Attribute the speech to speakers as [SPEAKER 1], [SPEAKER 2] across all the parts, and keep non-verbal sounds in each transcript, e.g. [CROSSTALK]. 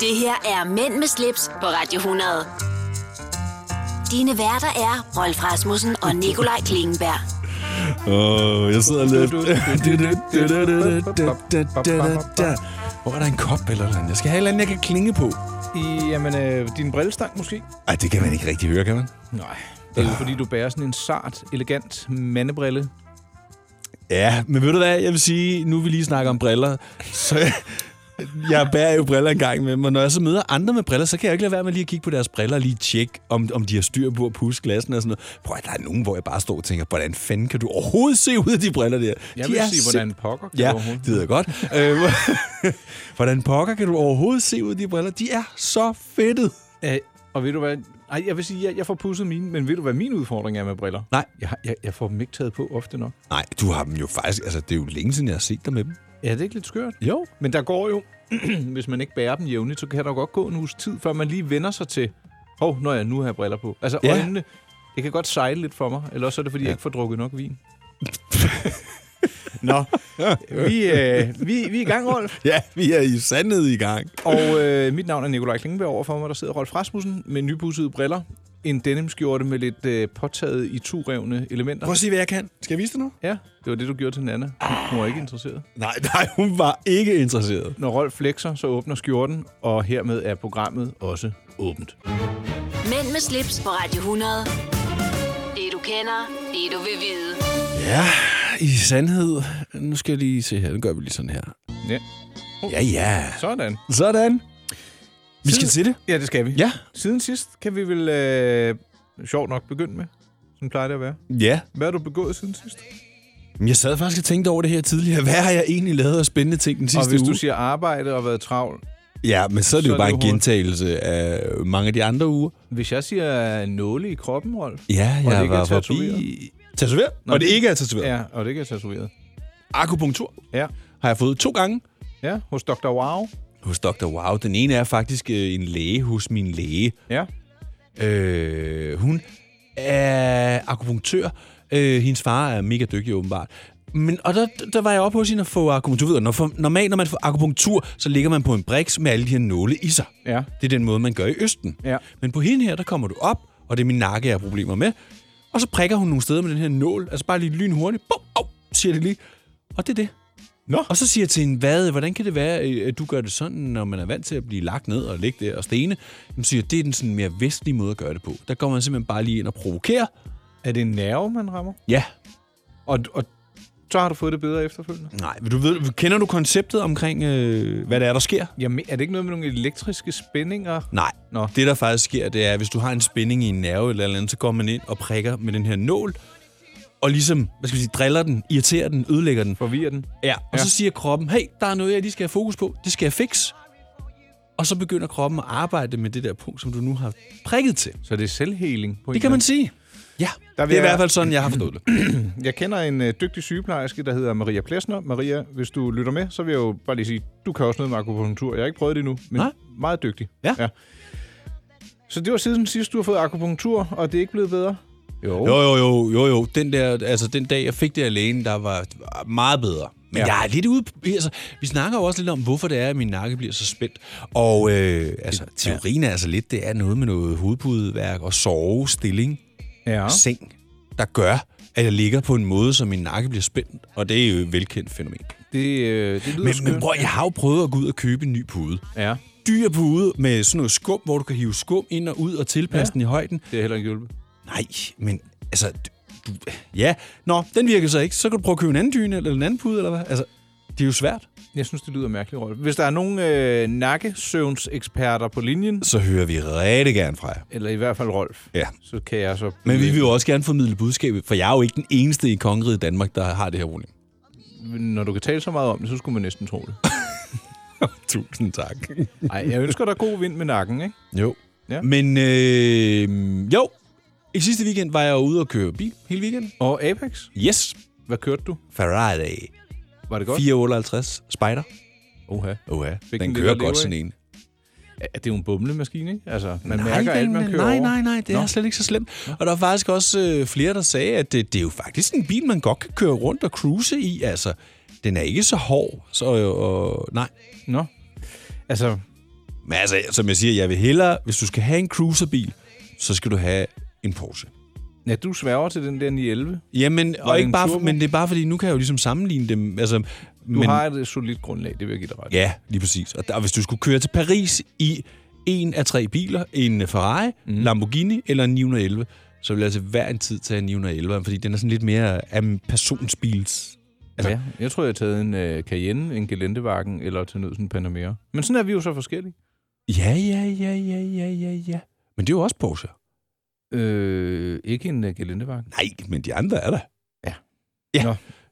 [SPEAKER 1] Det her er Mænd med slips på Radio 100. Dine værter er Rolf Rasmussen og Nikolaj Klingenberg.
[SPEAKER 2] Åh, jeg sidder lidt... Hvor er der en kop eller noget? Jeg skal have et eller andet, jeg kan klinge på.
[SPEAKER 3] I, jamen, øh, din brillestang måske?
[SPEAKER 2] Ej, det kan man ikke rigtig høre, kan man?
[SPEAKER 3] Nej. Det er jo fordi, du bærer sådan en sart, elegant mandebrille.
[SPEAKER 2] Ja, men ved du hvad? Jeg vil sige, nu vi lige snakker om briller, så jeg, jeg bærer jo briller en gang med, men når jeg så møder andre med briller, så kan jeg jo ikke lade være med lige at kigge på deres briller og lige tjekke, om, om de har styr på at pusse glassen og sådan noget. Prøv at der er nogen, hvor jeg bare står og tænker, hvordan fanden kan du overhovedet se ud af de briller der?
[SPEAKER 3] Jeg
[SPEAKER 2] de
[SPEAKER 3] vil
[SPEAKER 2] er
[SPEAKER 3] sige,
[SPEAKER 2] sim-
[SPEAKER 3] hvordan pokker kan
[SPEAKER 2] Ja,
[SPEAKER 3] du overhovedet-
[SPEAKER 2] det ved jeg [LAUGHS] godt. Øh, hvordan pokker kan du overhovedet se ud af de briller? De er så fedtet.
[SPEAKER 3] Øh, og ved du hvad? Ej, jeg vil sige, jeg, jeg får pudset mine, men ved du, hvad min udfordring er med briller?
[SPEAKER 2] Nej.
[SPEAKER 3] Jeg, har- jeg, jeg får dem ikke taget på ofte nok.
[SPEAKER 2] Nej, du har dem jo faktisk... Altså, det er jo længe siden, jeg har set dig med dem.
[SPEAKER 3] Ja, det er ikke lidt skørt.
[SPEAKER 2] Jo.
[SPEAKER 3] Men der går jo, [CLEARS THROAT] hvis man ikke bærer dem jævnligt, så kan der jo godt gå en uges tid, før man lige vender sig til, hov, oh, når jeg nu har jeg briller på. Altså
[SPEAKER 2] Ja.
[SPEAKER 3] ja. øjnene, det kan godt sejle lidt for mig, eller også er det, fordi ja. jeg ikke får drukket nok vin. Nå, [LAUGHS] vi, øh, vi, vi er i gang, Rolf.
[SPEAKER 2] Ja, vi er i sandhed i gang.
[SPEAKER 3] Og øh, mit navn er Nikolaj Klingeberg over for mig, der sidder Rolf Rasmussen med nybussede briller, en denimskjorte med lidt øh, påtaget i turevne elementer.
[SPEAKER 2] Prøv at se, hvad jeg kan. Skal jeg vise dig nu?
[SPEAKER 3] Ja, det var det, du gjorde til Nana. Hun var ikke interesseret.
[SPEAKER 2] Nej, nej, hun var ikke interesseret.
[SPEAKER 3] Når Rolf flexer, så åbner skjorten, og hermed er programmet også åbent.
[SPEAKER 1] Mænd med slips på Radio 100. Det du kender, det du vil vide.
[SPEAKER 2] Ja, i sandhed. Nu skal jeg lige se her. Nu gør vi lige sådan her.
[SPEAKER 3] Ja.
[SPEAKER 2] Ja, ja.
[SPEAKER 3] Sådan.
[SPEAKER 2] Sådan. Vi skal
[SPEAKER 3] Siden-
[SPEAKER 2] til det.
[SPEAKER 3] Ja, det skal vi.
[SPEAKER 2] Ja.
[SPEAKER 3] Siden sidst kan vi vel, øh, sjovt nok, begynde med, som plejer det at være.
[SPEAKER 2] Ja.
[SPEAKER 3] Hvad har du begået siden sidst?
[SPEAKER 2] Men jeg sad faktisk og tænkte over det her tidligere. Hvad har jeg egentlig lavet af spændende ting den sidste
[SPEAKER 3] og hvis
[SPEAKER 2] uge?
[SPEAKER 3] du siger arbejde og været travl,
[SPEAKER 2] Ja, men så er det
[SPEAKER 3] Så
[SPEAKER 2] jo
[SPEAKER 3] er
[SPEAKER 2] bare
[SPEAKER 3] det
[SPEAKER 2] en
[SPEAKER 3] jo
[SPEAKER 2] gentagelse af mange af de andre uger.
[SPEAKER 3] hvis jeg siger nåle i kroppen, Rolf,
[SPEAKER 2] Ja,
[SPEAKER 3] Og det
[SPEAKER 2] jeg
[SPEAKER 3] ikke er
[SPEAKER 2] var forbi...
[SPEAKER 3] tatoveret.
[SPEAKER 2] Tatoveret?
[SPEAKER 3] Nå,
[SPEAKER 2] Og det
[SPEAKER 3] det-
[SPEAKER 2] ikke er tatoveret.
[SPEAKER 3] ja, og det ikke er tatoveret.
[SPEAKER 2] Akupunktur
[SPEAKER 3] Ja,
[SPEAKER 2] har jeg fået to gange.
[SPEAKER 3] ja, hos Dr. Wow.
[SPEAKER 2] Hos Dr. Wow. Den ene er faktisk øh, en læge hos min læge.
[SPEAKER 3] Ja,
[SPEAKER 2] Øh, hun er akupunktør. Øh, hendes far er mega dygtig, åbenbart. Men, og der, der var jeg oppe hos hende at få akupunktur. Du ved, Når, for, normalt, når man får akupunktur, så ligger man på en briks med alle de her nåle i sig.
[SPEAKER 3] ja,
[SPEAKER 2] Det er den måde, man gør i Østen.
[SPEAKER 3] Ja.
[SPEAKER 2] Men på hende her, der kommer du op, og det er min nakke, jeg har problemer med. Og så prikker hun nogle steder med den her nål. Altså bare lige lynhurtigt. Bum, au, siger det lige. Og det er det.
[SPEAKER 3] Nå.
[SPEAKER 2] Og så siger jeg til hende, hvad, hvordan kan det være, øh, at du gør det sådan, når man er vant til at blive lagt ned og ligge der og stene? Hun siger, jeg, det er den sådan mere vestlige måde at gøre det på. Der går man simpelthen bare lige ind og provokerer.
[SPEAKER 3] Er det en nerve, man rammer?
[SPEAKER 2] Ja.
[SPEAKER 3] Og, og så har du fået det bedre efterfølgende?
[SPEAKER 2] Nej, men du ved, kender du konceptet omkring, øh, hvad der er, der sker?
[SPEAKER 3] Jamen, er det ikke noget med nogle elektriske spændinger?
[SPEAKER 2] Nej.
[SPEAKER 3] Nå.
[SPEAKER 2] Det, der faktisk sker, det er, at hvis du har en spænding i en nerve eller et eller andet, så går man ind og prikker med den her nål, og ligesom, hvad skal vi sige, driller den, irriterer den, ødelægger den.
[SPEAKER 3] Forvirrer den?
[SPEAKER 2] Ja. Og
[SPEAKER 3] Ja.
[SPEAKER 2] så siger kroppen, hey, der er noget, jeg lige skal have fokus på. Det skal jeg fikse. Og så begynder kroppen at arbejde med det der punkt, som du nu har prikket til.
[SPEAKER 3] Så det er selvheling? På en
[SPEAKER 2] Det kan man
[SPEAKER 3] eller
[SPEAKER 2] sige. Ja,
[SPEAKER 3] Der
[SPEAKER 2] der
[SPEAKER 3] vil
[SPEAKER 2] det er i
[SPEAKER 3] jeg-
[SPEAKER 2] hvert fald sådan, jeg har forstået det.
[SPEAKER 3] anden- Jeg kender en øh, dygtig sygeplejerske, der hedder Maria Plesner. Maria, hvis du lytter med, så vil jeg jo bare lige sige, du kan også noget med akupunktur. Jeg har ikke prøvet det endnu, men
[SPEAKER 2] Nej.
[SPEAKER 3] Nej. meget dygtig.
[SPEAKER 2] Ja.
[SPEAKER 3] Så det var siden sidst, du har fået akupunktur, og det er ikke blevet bedre? Jo.
[SPEAKER 2] Jo, jo, jo, jo, jo. Den, der, altså, den dag, jeg fik det alene, der var, var meget bedre. Men ja.
[SPEAKER 3] Ja.
[SPEAKER 2] jeg er lidt ude... på- Altså, vi snakker jo også lidt om, hvorfor det er, at min nakke bliver så spændt. Og øh, altså, teorien er altså lidt, det er noget med noget hovedpudeværk og sove, stilling,
[SPEAKER 3] Ja.
[SPEAKER 2] ja. seng, der gør, at jeg ligger på en måde, så min nakke bliver spændt. Og det er jo et velkendt fænomen.
[SPEAKER 3] Det, øh, det lyder
[SPEAKER 2] Men,
[SPEAKER 3] skønt.
[SPEAKER 2] men bror, jeg har jo prøvet at gå ud og købe en ny pude.
[SPEAKER 3] Ja,
[SPEAKER 2] Dyr pude med sådan noget skum, hvor du kan hive skum ind og ud og tilpasse ja. den i højden.
[SPEAKER 3] det er heller ikke hjulpet.
[SPEAKER 2] Nej, men altså... Du, du- ja, nå, den virker så ikke. Så kan du prøve at købe en anden dyne, eller en anden pude, eller hvad? Altså, det er jo svært.
[SPEAKER 3] Jeg synes, det lyder mærkeligt, Rolf. Hvis der er nogen øh, nakkesøvnseksperter på linjen,
[SPEAKER 2] Så hører vi rigtig gerne fra jer.
[SPEAKER 3] eller i hvert fald Rolf,
[SPEAKER 2] Ja.
[SPEAKER 3] så kan jeg så...
[SPEAKER 2] Men vi vil jo også gerne formidle budskabet, for jeg er jo ikke den eneste i kongeriget Danmark, der har det her problem.
[SPEAKER 3] Når du kan tale så meget om det, så skulle man næsten
[SPEAKER 2] [LAUGHS]
[SPEAKER 3] tro det.
[SPEAKER 2] Tusind tak.
[SPEAKER 3] Nej, jeg ønsker dig god vind med nakken, ikke?
[SPEAKER 2] Jo. Ja.
[SPEAKER 3] Ja.
[SPEAKER 2] Men øh, jo, i sidste weekend var jeg jo ude og køre bil hele weekenden.
[SPEAKER 3] Og Apex,
[SPEAKER 2] Yes.
[SPEAKER 3] hvad kørte du?
[SPEAKER 2] Ferrari.
[SPEAKER 3] Var det godt?
[SPEAKER 2] 458 Spider.
[SPEAKER 3] Oha.
[SPEAKER 2] Oha,
[SPEAKER 3] Fik
[SPEAKER 2] den
[SPEAKER 3] den
[SPEAKER 2] kører
[SPEAKER 3] lidt at
[SPEAKER 2] godt
[SPEAKER 3] leve
[SPEAKER 2] sådan en.
[SPEAKER 3] Ja, det er jo en bumlemaskine, ikke? Altså, man nej, mærker alt, man kører
[SPEAKER 2] nej,
[SPEAKER 3] over.
[SPEAKER 2] nej, nej, det Nå.
[SPEAKER 3] Nå.
[SPEAKER 2] er slet ikke så slemt. Og der var faktisk også øh, flere, der sagde, at det, det er jo faktisk en bil, man godt kan køre rundt og cruise i. Altså, den er ikke så hård, så øh, øh, nej.
[SPEAKER 3] Nå. Altså,
[SPEAKER 2] Men altså, som jeg siger, jeg vil hellere, hvis du skal have en cruiserbil, så skal du have en Porsche.
[SPEAKER 3] Ja, du sværger til den der 911.
[SPEAKER 2] Jamen,
[SPEAKER 3] det
[SPEAKER 2] og ikke
[SPEAKER 3] en
[SPEAKER 2] bare,
[SPEAKER 3] turbo?
[SPEAKER 2] men det er bare fordi, nu kan jeg jo ligesom sammenligne dem. Altså,
[SPEAKER 3] Du
[SPEAKER 2] men,
[SPEAKER 3] men... har et solidt grundlag, det vil jeg give dig ret. i.
[SPEAKER 2] Ja, lige præcis. Og, der, og hvis du skulle køre til Paris i en af tre biler, en Ferrari, mm. Lamborghini eller en 911, så vil jeg altså hver en tid tage en 911, fordi den er sådan lidt mere af en personsbils. Altså-
[SPEAKER 3] ja. Jeg tror, jeg har taget en øh, Cayenne, en Geländewagen eller til nød sådan en Panamera. Men sådan er vi jo så forskellige.
[SPEAKER 2] Ja, ja, ja, ja, ja, ja, ja. Men det er jo også Porsche.
[SPEAKER 3] Øh, ikke en uh, Geländewagen.
[SPEAKER 2] Nej, men de andre er der.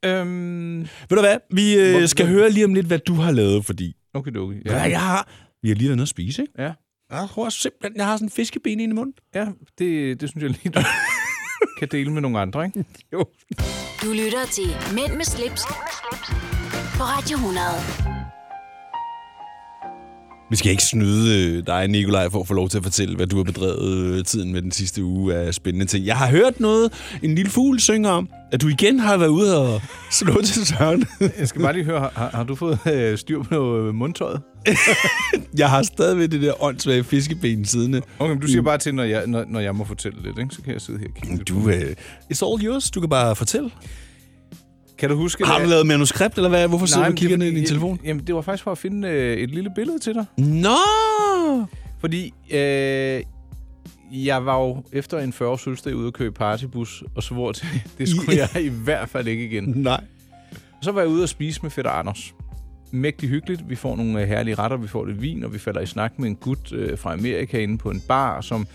[SPEAKER 3] Øhm,
[SPEAKER 2] Ved du hvad? Vi
[SPEAKER 3] Hvor-
[SPEAKER 2] øh, skal
[SPEAKER 3] hvor-
[SPEAKER 2] høre lige om lidt, hvad du har lavet, fordi...
[SPEAKER 3] okay, okay.
[SPEAKER 2] Ja. Hvad jeg har? Vi har lige været nede at spise, ikke?
[SPEAKER 3] Ja.
[SPEAKER 2] Jeg tror simpelthen, jeg har sådan en fiskeben inde i munden.
[SPEAKER 3] Ja, det, det synes jeg
[SPEAKER 2] [LAUGHS]
[SPEAKER 3] lige, du kan dele med nogle andre, ikke? Jo.
[SPEAKER 1] Du lytter til Mænd med slips, på Radio 100.
[SPEAKER 2] Vi skal ikke snyde øh, dig, Nikolaj, for at få lov til at fortælle, hvad du har bedrevet øh, tiden med den sidste uge af spændende ting. Jeg har hørt noget, en lille fugl synger om, at du igen har været ude og slå til søren.
[SPEAKER 3] Jeg skal bare lige høre, har, har du fået øh, styr på noget øh, mundtøjet?
[SPEAKER 2] [LAUGHS] jeg har stadigvæk det der åndssvage fiskeben siddende.
[SPEAKER 3] Okay, men du
[SPEAKER 2] Mm.
[SPEAKER 3] siger bare til, når jeg, når, når jeg må fortælle lidt, ikke? så kan jeg sidde her og kigge lidt.
[SPEAKER 2] Du, øh, it's all yours. Du kan bare fortælle.
[SPEAKER 3] Kan du huske...
[SPEAKER 2] Har du
[SPEAKER 3] at-
[SPEAKER 2] lavet manuskript, eller hvad? Hvorfor sidder du
[SPEAKER 3] men
[SPEAKER 2] og kigger
[SPEAKER 3] det-
[SPEAKER 2] ned i din
[SPEAKER 3] jeg-
[SPEAKER 2] telefon?
[SPEAKER 3] Jamen, det var faktisk for at finde øh, et lille billede til dig.
[SPEAKER 2] Nå!
[SPEAKER 3] Fordi øh, jeg var jo efter en 40 års fødselsdag ude og køre i partybus, og svor til, [LAUGHS] det skulle
[SPEAKER 2] Ja.
[SPEAKER 3] jeg i hvert fald ikke igen.
[SPEAKER 2] Nej. [LAUGHS]
[SPEAKER 3] Så var jeg ude og spise med fætter Anders. Mægtig hyggeligt. Vi får nogle øh, herlige retter, vi får lidt vin, og vi falder i snak med en gut øh, fra Amerika inde på en bar, som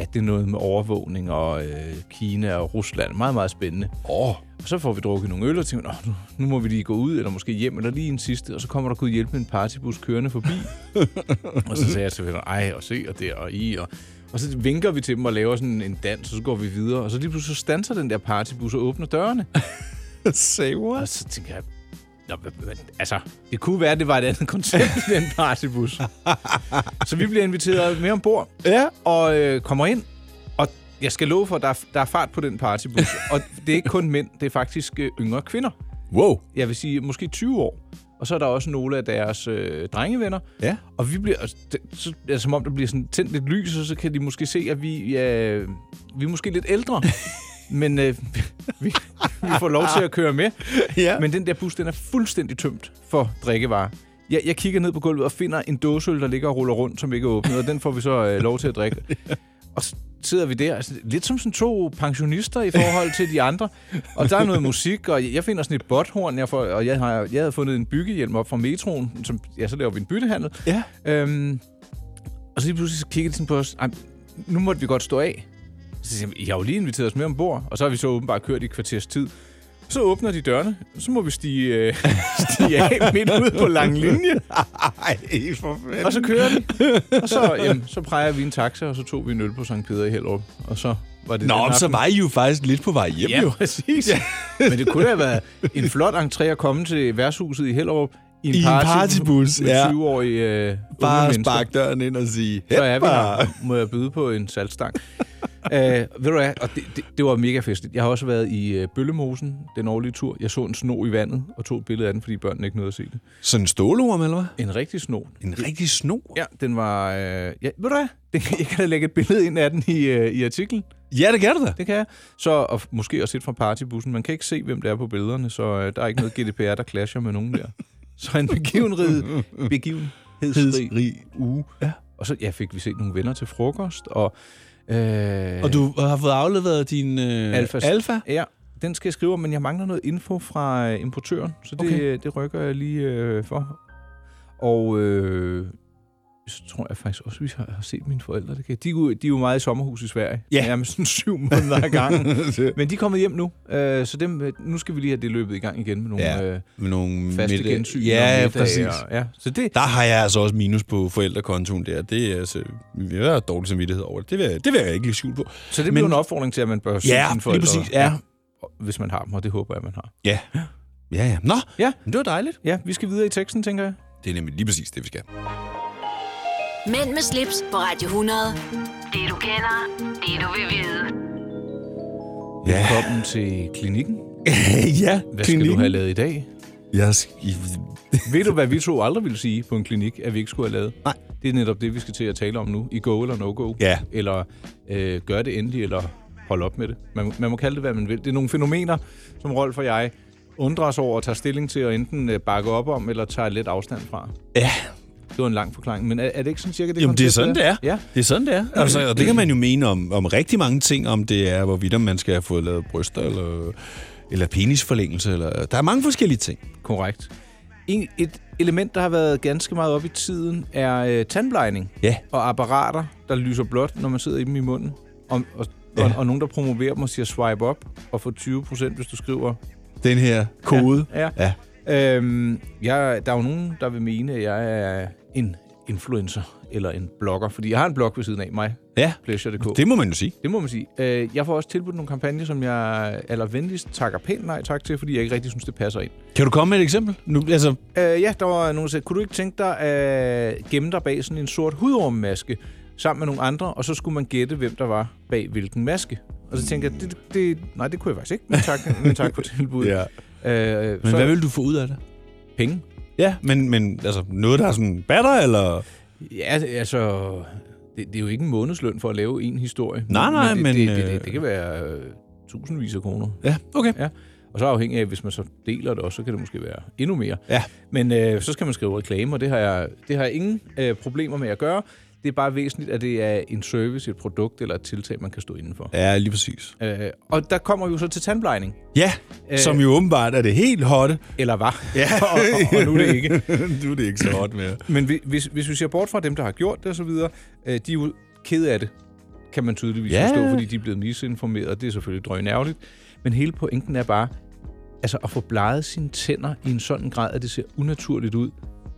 [SPEAKER 3] ja, det er noget med overvågning og øh, Kina og Rusland. Meget, meget spændende.
[SPEAKER 2] Åh, oh,
[SPEAKER 3] Og så får vi drukket nogle øl og tænker, "Nå, nu, nu må vi lige gå ud, eller måske hjem, eller lige en sidste. Og så kommer der kunne hjælpe med en partybus kørende forbi. og så sagde jeg til fætteren, ej, og se, og der, og i, og... Og så vinker vi til dem og laver sådan en dans, og så går vi videre. Og så lige pludselig så stanser den der partybus og åbner dørene.
[SPEAKER 2] say what?
[SPEAKER 3] Og så tænker jeg, Nå, men, men, altså, det kunne være, at det var et andet koncept i den partybus. så vi bliver inviteret med ombord
[SPEAKER 2] Ja.
[SPEAKER 3] og øh, kommer ind. Og jeg skal love for, at der er, der er fart på den partybus. og det er ikke kun mænd, det er faktisk øh, yngre kvinder.
[SPEAKER 2] Wow.
[SPEAKER 3] Jeg vil sige, måske 20 år. Og så er der også nogle af deres øh, drengevenner.
[SPEAKER 2] Ja.
[SPEAKER 3] Og vi bliver, altså, det, så, ja, som om der bliver sådan tændt lidt lys, og så kan de måske se, at vi, ja, vi er måske lidt ældre. Men øh, vi, vi får lov til at køre med.
[SPEAKER 2] [LAUGHS] Ja.
[SPEAKER 3] Men den der bus, den er fuldstændig tømt for drikkevarer. Jeg, jeg kigger ned på gulvet og finder en dåseøl, der ligger og ruller rundt, som ikke er åbnet, og den får vi så øh, lov til at drikke. Og så sidder vi der, altså, lidt som sådan to pensionister i forhold til de andre. Og der er noget musik, og jeg finder sådan et botthorn, jeg får, og jeg, har, jeg havde fundet en byggehjelm op fra metroen, som, ja, så laver vi en byttehandel.
[SPEAKER 2] Ja.
[SPEAKER 3] Øhm, og så lige pludselig så kiggede de sådan på os. Ej, nu måtte vi godt stå af. Så siger jeg, I har jo lige inviteret os med ombord. Og så har vi så åbenbart kørt i et kvarters tid. Så åbner de dørene. Så må vi stige, øh, [LAUGHS] stige af midt ud på lang linje.
[SPEAKER 2] [LAUGHS] Ej, for fanden.
[SPEAKER 3] Og så kører de. Og så, jamen, så præger vi en taxa, og så tog vi en øl på Sankt Peter i Hellerup. Og så var det
[SPEAKER 2] Nå,
[SPEAKER 3] den
[SPEAKER 2] men så
[SPEAKER 3] aften.
[SPEAKER 2] var I jo faktisk lidt på vej hjem,
[SPEAKER 3] Ja,
[SPEAKER 2] jo.
[SPEAKER 3] præcis. Ja. Men det kunne da have været en flot entré at komme til værtshuset i Hellerup i en,
[SPEAKER 2] I en partybus,
[SPEAKER 3] med
[SPEAKER 2] ja.
[SPEAKER 3] 20-årige øh, unge
[SPEAKER 2] Bare
[SPEAKER 3] mennesker.
[SPEAKER 2] spark døren ind og sige,
[SPEAKER 3] Så er vi
[SPEAKER 2] "Heppa."
[SPEAKER 3] her. Må jeg byde på en saltstang? uh, ved du hvad, og det, det, det var mega festligt. Jeg har også været i uh, Bøllemosen den årlige tur. Jeg så en sno i vandet og tog et billede af den, fordi børnene ikke nåede at se det.
[SPEAKER 2] Sådan en stålorm, eller hvad?
[SPEAKER 3] En rigtig sno.
[SPEAKER 2] En rigtig sno?
[SPEAKER 3] Ja, den var... Uh, ja, ved du hvad? Det, [LAUGHS] jeg kan da lægge et billede ind af den i, uh, i artiklen.
[SPEAKER 2] Ja, det gør det da.
[SPEAKER 3] Det kan jeg. Så, og måske også et fra partybussen. Man kan ikke se, hvem det er på billederne, så uh, der er ikke noget GDPR, der clasher med nogen der. Så en begivenhed, begivenhedsrig
[SPEAKER 2] Rig uge. Ja.
[SPEAKER 3] Og så ja, fik vi set nogle venner til frokost, og... Øh,
[SPEAKER 2] Og du har fået afleveret din øh, [LAUGHS]
[SPEAKER 3] Alfas.
[SPEAKER 2] alfa?
[SPEAKER 3] Ja, den skal jeg skrive om, men jeg mangler noget info fra øh, importøren, så det,
[SPEAKER 2] Okay.
[SPEAKER 3] okay. det rykker jeg lige øh, for. Og øh, så tror jeg faktisk også, at vi har har set mine forældre. Det kan. De, er jo- de er jo meget i sommerhus i Sverige.
[SPEAKER 2] Ja.
[SPEAKER 3] Jamen sådan syv måneder ad gangen. [LAUGHS] Men de er kommet hjem nu, øh, så dem, øh, nu skal vi lige have det løbet i gang igen med nogle
[SPEAKER 2] Ja,
[SPEAKER 3] ja. øh,
[SPEAKER 2] Med nogle
[SPEAKER 3] faste
[SPEAKER 2] middag-
[SPEAKER 3] gensyn. og
[SPEAKER 2] Ja,
[SPEAKER 3] middage
[SPEAKER 2] præcis.
[SPEAKER 3] Og, ja. Så det,
[SPEAKER 2] Der har jeg altså også minus på forældrekontoen der. Det er altså, jeg har dårlig samvittighed over det. Det vil, jeg- det vil jeg ikke lige skjul på.
[SPEAKER 3] så det
[SPEAKER 2] Men-
[SPEAKER 3] bliver en opfordring til, at man bør se
[SPEAKER 2] Ja,
[SPEAKER 3] sine
[SPEAKER 2] lige
[SPEAKER 3] forældre.
[SPEAKER 2] præcis. Ja.
[SPEAKER 3] Hvis man har dem, og det håber jeg, man har.
[SPEAKER 2] Ja. Ja, ja. Nå,
[SPEAKER 3] Ja.
[SPEAKER 2] men det var dejligt.
[SPEAKER 3] Ja, vi skal videre i teksten, tænker jeg.
[SPEAKER 2] Det er nemlig lige præcis det, vi skal.
[SPEAKER 1] Mænd med slips på Radio 100. Det du kender, det du vil vide.
[SPEAKER 2] Ja,
[SPEAKER 3] Velkommen til klinikken.
[SPEAKER 2] [LAUGHS] ja.
[SPEAKER 3] Hvad skal du have lavet i dag?
[SPEAKER 2] Jeg skal...
[SPEAKER 3] Ved du, hvad vi to aldrig ville sige på en klinik, at vi ikke skulle have lavet?
[SPEAKER 2] Nej.
[SPEAKER 3] Det er netop det, vi skal til at tale om nu. I go eller no go.
[SPEAKER 2] Ja.
[SPEAKER 3] Eller øh, gør det endelig, eller hold op med det. Man, man må kalde det, hvad man vil. Det er nogle fænomener, som Rolf og jeg undrer os over og tager stilling til, og enten øh, bakker op om, eller tager lidt afstand fra.
[SPEAKER 2] Ja,
[SPEAKER 3] Det var en lang forklaring, men er, er det ikke sådan cirka det?
[SPEAKER 2] Jamen, det er
[SPEAKER 3] koncept,
[SPEAKER 2] sådan, det er.
[SPEAKER 3] Ja.
[SPEAKER 2] Det er sådan, det er. Altså, og det kan man jo mene om, om rigtig mange ting, om det er, hvorvidt om man skal have fået lavet bryster, eller, eller penisforlængelse, eller... Der er mange forskellige ting.
[SPEAKER 3] Korrekt. En, et element, der har været ganske meget op i tiden, er øh, tandblejning
[SPEAKER 2] Ja.
[SPEAKER 3] og apparater, der lyser blåt, når man sidder i dem i munden. Og, og, ja. og, og nogen, der promoverer dem og siger swipe op og få 20%, hvis du skriver
[SPEAKER 2] Den her kode.
[SPEAKER 3] Ja.
[SPEAKER 2] Ja.
[SPEAKER 3] ja. Øhm, jeg, der er jo nogen, der vil mene, at jeg er en influencer eller en blogger, fordi jeg har en blog ved siden af mig,
[SPEAKER 2] Ja.
[SPEAKER 3] pleasure.dk.
[SPEAKER 2] Det må man jo sige.
[SPEAKER 3] Det må man sige. Øh, jeg får også tilbudt nogle kampagner, som jeg allervenligst takker pænt nej tak til, fordi jeg ikke rigtig synes, det passer ind.
[SPEAKER 2] Kan du komme med et eksempel? Nu, altså,
[SPEAKER 3] Øh, ja, der var nogen, der sagde, kunne du ikke tænke dig at gemme dig bag sådan en sort hudormmaske sammen med nogle andre, og så skulle man gætte, hvem der var bag hvilken maske. Og så tænkte jeg, det, det, nej, det kunne jeg faktisk ikke, men
[SPEAKER 2] [LAUGHS]
[SPEAKER 3] tak, men tak for tilbuddet.
[SPEAKER 2] Ja.
[SPEAKER 3] Øh,
[SPEAKER 2] men
[SPEAKER 3] så
[SPEAKER 2] hvad vil du få ud af det?
[SPEAKER 3] penge?
[SPEAKER 2] Ja, men, men altså, noget, der er sådan batter, eller...
[SPEAKER 3] Ja, altså... Det, det er jo ikke en månedsløn for at lave en historie.
[SPEAKER 2] Nej, nej,
[SPEAKER 3] det,
[SPEAKER 2] men,
[SPEAKER 3] Det, det, det,
[SPEAKER 2] øh,
[SPEAKER 3] det kan være øh, tusindvis af kroner.
[SPEAKER 2] Ja, okay.
[SPEAKER 3] Ja. Og så afhængig af, hvis man så deler det også, så kan det måske være endnu mere.
[SPEAKER 2] Ja.
[SPEAKER 3] Men øh, så skal man skrive reklame, og det har jeg, det har jeg ingen øh, problemer med at gøre. Det er bare væsentligt, at det er en service, et produkt eller et tiltag, man kan stå indenfor.
[SPEAKER 2] Ja, lige præcis.
[SPEAKER 3] Ja. Øh, og der kommer vi jo så til tandblejning.
[SPEAKER 2] Ja, øh... som jo åbenbart er det helt hotte.
[SPEAKER 3] Eller hvad?
[SPEAKER 2] [LAUGHS]
[SPEAKER 3] Ja. og, [LAUGHS] og, og nu er det ikke.
[SPEAKER 2] nu er det ikke så hot mere.
[SPEAKER 3] Men hvi- hvis, hvis vi ser bort fra dem, der har gjort det osv., øh, de er jo kede af det, kan man tydeligvis
[SPEAKER 2] Ja.
[SPEAKER 3] ja. forstå, fordi de er blevet misinformeret, og det er selvfølgelig drøgnærligt. Men hele pointen er bare, altså at få bleget sine tænder i en sådan grad, at det ser unaturligt ud,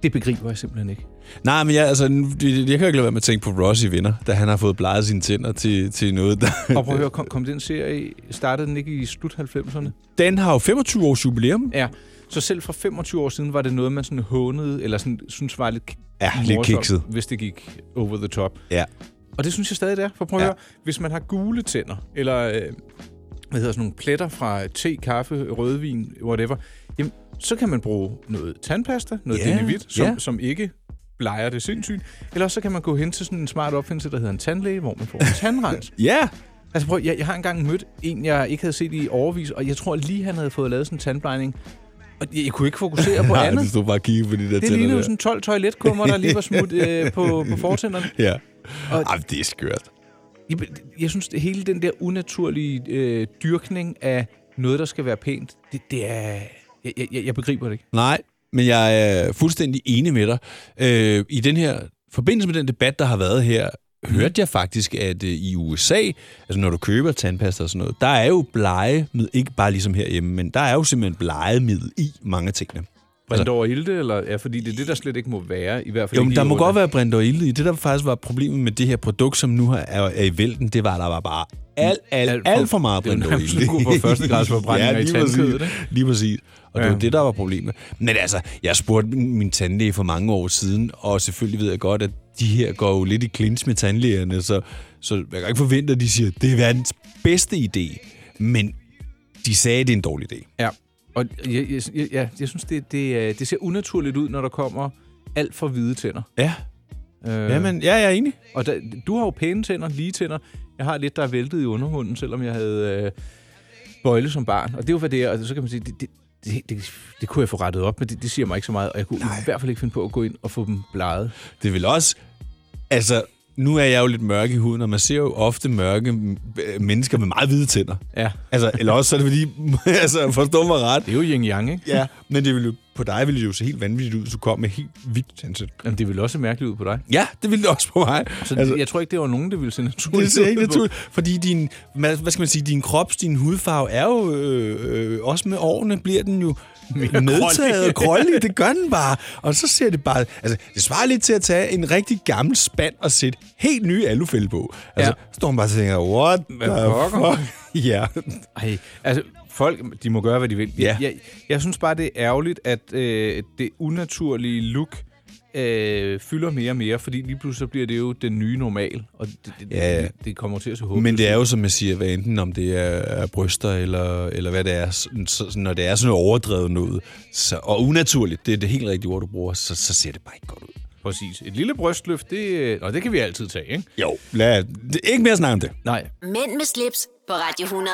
[SPEAKER 3] det begriber jeg simpelthen ikke.
[SPEAKER 2] Nej, men jeg, altså, nu- jeg, jeg kan jo ikke lade være med at tænke på Ross i Venner, da han har fået bleget sine tænder til, til noget, der...
[SPEAKER 3] Og prøv at høre, kom, kom den serie, startede den ikke i slut 90'erne?
[SPEAKER 2] Den har jo 25 års jubilæum.
[SPEAKER 3] Ja, så selv for 25 år siden var det noget, man sådan hånede, eller sådan, synes var lidt,
[SPEAKER 2] Ja, lidt
[SPEAKER 3] morsomt,
[SPEAKER 2] kikset.
[SPEAKER 3] Hvis det gik over the top.
[SPEAKER 2] Ja.
[SPEAKER 3] Og det synes jeg stadig, det er. For prøv at
[SPEAKER 2] Ja.
[SPEAKER 3] ja. høre, hvis man har gule tænder, eller øh, hvad hedder sådan nogle pletter fra te, kaffe, rødvin, whatever, jamen, så kan man bruge noget tandpasta, noget
[SPEAKER 2] Ja,
[SPEAKER 3] yeah. denivit, som,
[SPEAKER 2] ja.
[SPEAKER 3] yeah. som ikke bleger det sindssygt. Eller også så kan man gå hen til sådan en smart opfindelse, der hedder en tandlæge, hvor man
[SPEAKER 2] [LAUGHS]
[SPEAKER 3] får en tandrens.
[SPEAKER 2] Ja,
[SPEAKER 3] Altså prøv, jeg, jeg har engang mødt en, jeg ikke havde set i overvis, og jeg tror lige, han havde fået lavet sådan en tandplejning. Og jeg, jeg kunne ikke fokusere [LAUGHS] på
[SPEAKER 2] Nej,
[SPEAKER 3] andet.
[SPEAKER 2] du stod bare og kiggede på de der
[SPEAKER 3] Det
[SPEAKER 2] tænder
[SPEAKER 3] lignede jo
[SPEAKER 2] der.
[SPEAKER 3] sådan 12 toiletkummer, der lige var [LAUGHS] smudt øh, på, på fortænderne.
[SPEAKER 2] Ja.
[SPEAKER 3] Og-
[SPEAKER 2] Ej, det er skørt.
[SPEAKER 3] Jeg, jeg synes, at hele den der unaturlige øh, dyrkning af noget, der skal være pænt, det, det er... Jeg, jeg, jeg begriber det ikke.
[SPEAKER 2] Nej, men jeg er fuldstændig enig med dig. Øh, I den her forbindelse med den debat, der har været her, hørte jeg faktisk, at øh, i USA, altså når du køber tandpasta og sådan noget, der er jo blegemiddel, ikke bare ligesom herhjemme, men der er jo simpelthen blegemiddel i mange af tingene.
[SPEAKER 3] Brændt over ilde, eller... Ja, fordi det er det, der slet ikke må være, i hvert fald
[SPEAKER 2] Jo, men
[SPEAKER 3] ikke
[SPEAKER 2] der må godt være brint og ild i. Det, der faktisk var problemet med det her produkt, som nu er, er i vælten, det var, at der var bare alt, alt, alt,
[SPEAKER 3] Alt for-
[SPEAKER 2] alt for meget
[SPEAKER 3] det er jo
[SPEAKER 2] brint og
[SPEAKER 3] nærmest
[SPEAKER 2] ild.
[SPEAKER 3] en kur for
[SPEAKER 2] [LAUGHS]
[SPEAKER 3] førstegradsforbrændinger i tandkødet,
[SPEAKER 2] præcis. Lige præcis. Og det var det, der var problemet. Men altså, jeg spurgte min, min tandlæge for mange år siden, og selvfølgelig ved jeg godt, at de her går jo lidt i clinch med tandlægerne, så, så jeg kan ikke forvente, at de siger, at det er verdens bedste idé. Men de sagde, at det er en dårlig idé.
[SPEAKER 3] Ja, og jeg, jeg, jeg, jeg, jeg synes, det, det, er- det ser unaturligt ud, når der kommer alt for hvide tænder.
[SPEAKER 2] Ja,
[SPEAKER 3] Øh,
[SPEAKER 2] Jamen, ja jeg er enig.
[SPEAKER 3] Og der, du har jo pæne tænder, lige tænder. Jeg har lidt, der er væltet i underhunden, selvom jeg havde øh, bøjle som barn. Og det er jo, hvad det er. Og så kan man sige, det, det, det, det, det kunne jeg få rettet op, men det, det siger mig ikke så meget. Og jeg kunne Nej. i hvert fald ikke finde på at gå ind og få dem bleget.
[SPEAKER 2] Det vil også... Altså, nu er jeg jo lidt mørk i huden, og man ser jo ofte mørke m- øh, mennesker med meget hvide tænder.
[SPEAKER 3] Ja.
[SPEAKER 2] Altså, eller også så er det fordi... [LAUGHS] altså, forstå mig ret.
[SPEAKER 3] Det er jo yin-yang, ikke?
[SPEAKER 2] Ja, men det ville jo, på dig ville det jo se helt vanvittigt ud, hvis du kom med helt hvidt tandsæt.
[SPEAKER 3] Jamen, det ville også se mærkeligt ud på dig.
[SPEAKER 2] Ja, det ville det også på mig.
[SPEAKER 3] Så altså, jeg tror ikke, det var nogen, der ville se naturligt
[SPEAKER 2] det ser ikke
[SPEAKER 3] ud på.
[SPEAKER 2] naturligt, fordi din, hvad hvad skal man sige, din krops, din hudfarve er jo, øh, øh, også med årene bliver den jo medtaget
[SPEAKER 3] [LAUGHS]
[SPEAKER 2] og krøllig, det gør den bare. Og så ser det bare, altså det svarer lidt til at tage en rigtig gammel spand og sætte helt nye alufælde på. Altså, ja.
[SPEAKER 3] Ja.
[SPEAKER 2] står man bare og tænker, what the
[SPEAKER 3] pokker?
[SPEAKER 2] fuck? [LAUGHS] ja,
[SPEAKER 3] Ej, altså folk, de må gøre, hvad de vil.
[SPEAKER 2] Ja.
[SPEAKER 3] Jeg, jeg synes bare, det er ærgerligt, at øh, det unaturlige look øh, fylder mere og mere, fordi lige pludselig så bliver det jo den nye normal, og det, det,
[SPEAKER 2] Ja.
[SPEAKER 3] ja. det, det kommer til at se håbløst.
[SPEAKER 2] men det er jo, som jeg siger, hvad enten om det er, er bryster eller, eller hvad det er, sådan- så, så når det er sådan noget overdrevet noget, så, og unaturligt, det er det helt rigtige ord, du bruger, så, så ser det bare ikke godt ud.
[SPEAKER 3] Præcis. Et lille brystløft, det, øh, nå, det kan vi altid tage, ikke? Mm,
[SPEAKER 2] Jo, lad, det, ikke mere snak om det.
[SPEAKER 3] Nej.
[SPEAKER 1] Mænd med slips på Radio 100.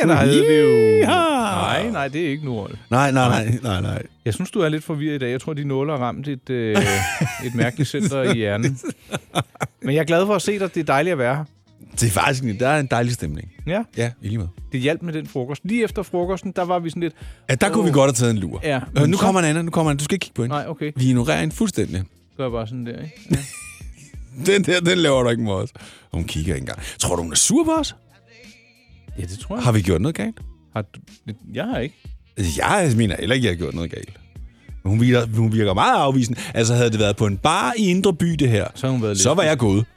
[SPEAKER 3] Ja, der havde vi jo...
[SPEAKER 2] Nej.
[SPEAKER 3] Nej, nej, det er ikke nu, Rolf.
[SPEAKER 2] Nej, nej, nej, nej, nej.
[SPEAKER 3] Jeg synes, du er lidt forvirret i dag. Jeg tror, de nåler har ramt
[SPEAKER 2] [LAUGHS]
[SPEAKER 3] et, øh, et mærkeligt center i hjernen. Men jeg er glad for at se dig. Det er dejligt at være her.
[SPEAKER 2] Det er faktisk en, der er en dejlig stemning.
[SPEAKER 3] Ja,
[SPEAKER 2] Ja, i lige måde.
[SPEAKER 3] det hjalp med den frokost. Lige efter frokosten, der var vi sådan lidt...
[SPEAKER 2] Ja, der kunne vi godt have taget en lur.
[SPEAKER 3] Ja,
[SPEAKER 2] Øh,
[SPEAKER 3] men
[SPEAKER 2] nu
[SPEAKER 3] så-
[SPEAKER 2] kommer en anden, nu kommer en. Du skal ikke kigge på hende.
[SPEAKER 3] Nej, okay.
[SPEAKER 2] Vi ignorerer hende fuldstændig. [LAUGHS]
[SPEAKER 3] Gør jeg bare sådan der, ikke?
[SPEAKER 2] Den der, den laver du ikke med os. Hun kigger ikke engang. Tror du, hun er sur på os?
[SPEAKER 3] Ja, det tror jeg.
[SPEAKER 2] Har vi gjort noget galt?
[SPEAKER 3] Har du... Jeg har ikke.
[SPEAKER 2] Jeg mener heller ikke, jeg har gjort noget galt. Men Hun virker, hun virker meget afvisende. Altså, havde det været på en bar i Indre By, det her,
[SPEAKER 3] Så har hun været lidt...
[SPEAKER 2] så var jeg gået.
[SPEAKER 3] [LAUGHS]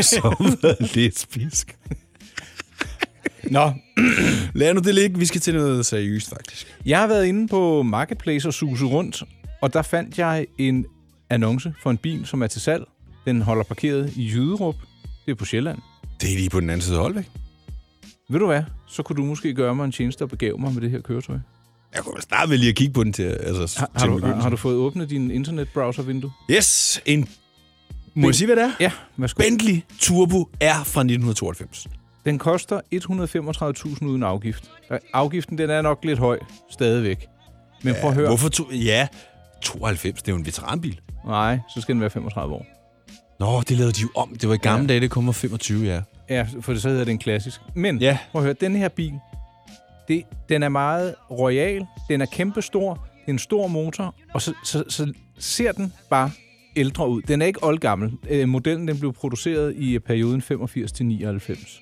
[SPEAKER 2] så har hun været lidt spisk.
[SPEAKER 3] Nå,
[SPEAKER 2] Lad nu det ligge. Vi skal til noget seriøst, faktisk.
[SPEAKER 3] Jeg har været inde på Marketplace og suset rundt, og der fandt jeg en annonce for en bil, som er til salg. Den holder parkeret i Jyderup. Det er på Sjælland.
[SPEAKER 2] Det er lige på den anden side af Holbæk.
[SPEAKER 3] Ved du hvad? Så kunne du måske gøre mig en tjeneste og begave mig med det her køretøj.
[SPEAKER 2] Jeg kunne vel starte med lige at kigge på den til, altså,
[SPEAKER 3] Har,
[SPEAKER 2] til
[SPEAKER 3] har, du,
[SPEAKER 2] begyndelsen.
[SPEAKER 3] har du fået åbnet din internetbrowser-vindue?
[SPEAKER 2] Yes, en... Må jeg sige, hvad det er?
[SPEAKER 3] Ja, værsgo.
[SPEAKER 2] Bentley Turbo R fra 1992.
[SPEAKER 3] Den koster 135.000 uden afgift. Og Afgiften den er nok lidt høj stadigvæk. Men prøv at høre.
[SPEAKER 2] Hvorfor to... Ja, 92, det er jo en veteranbil.
[SPEAKER 3] Nej, så skal den være 35 år.
[SPEAKER 2] Nå, det lavede de jo om. Det var i gamle ja. dage, det kommer 25, ja.
[SPEAKER 3] Ja, for så hedder det en klassisk. Men
[SPEAKER 2] Ja.
[SPEAKER 3] ja. prøv at høre, den her bil, det, den er meget royal, den er kæmpestor, det er en stor motor, og så, så, så ser den bare ældre ud. Den er ikke oldgammel. Øh, modellen den blev produceret i øh, perioden 85 til 99.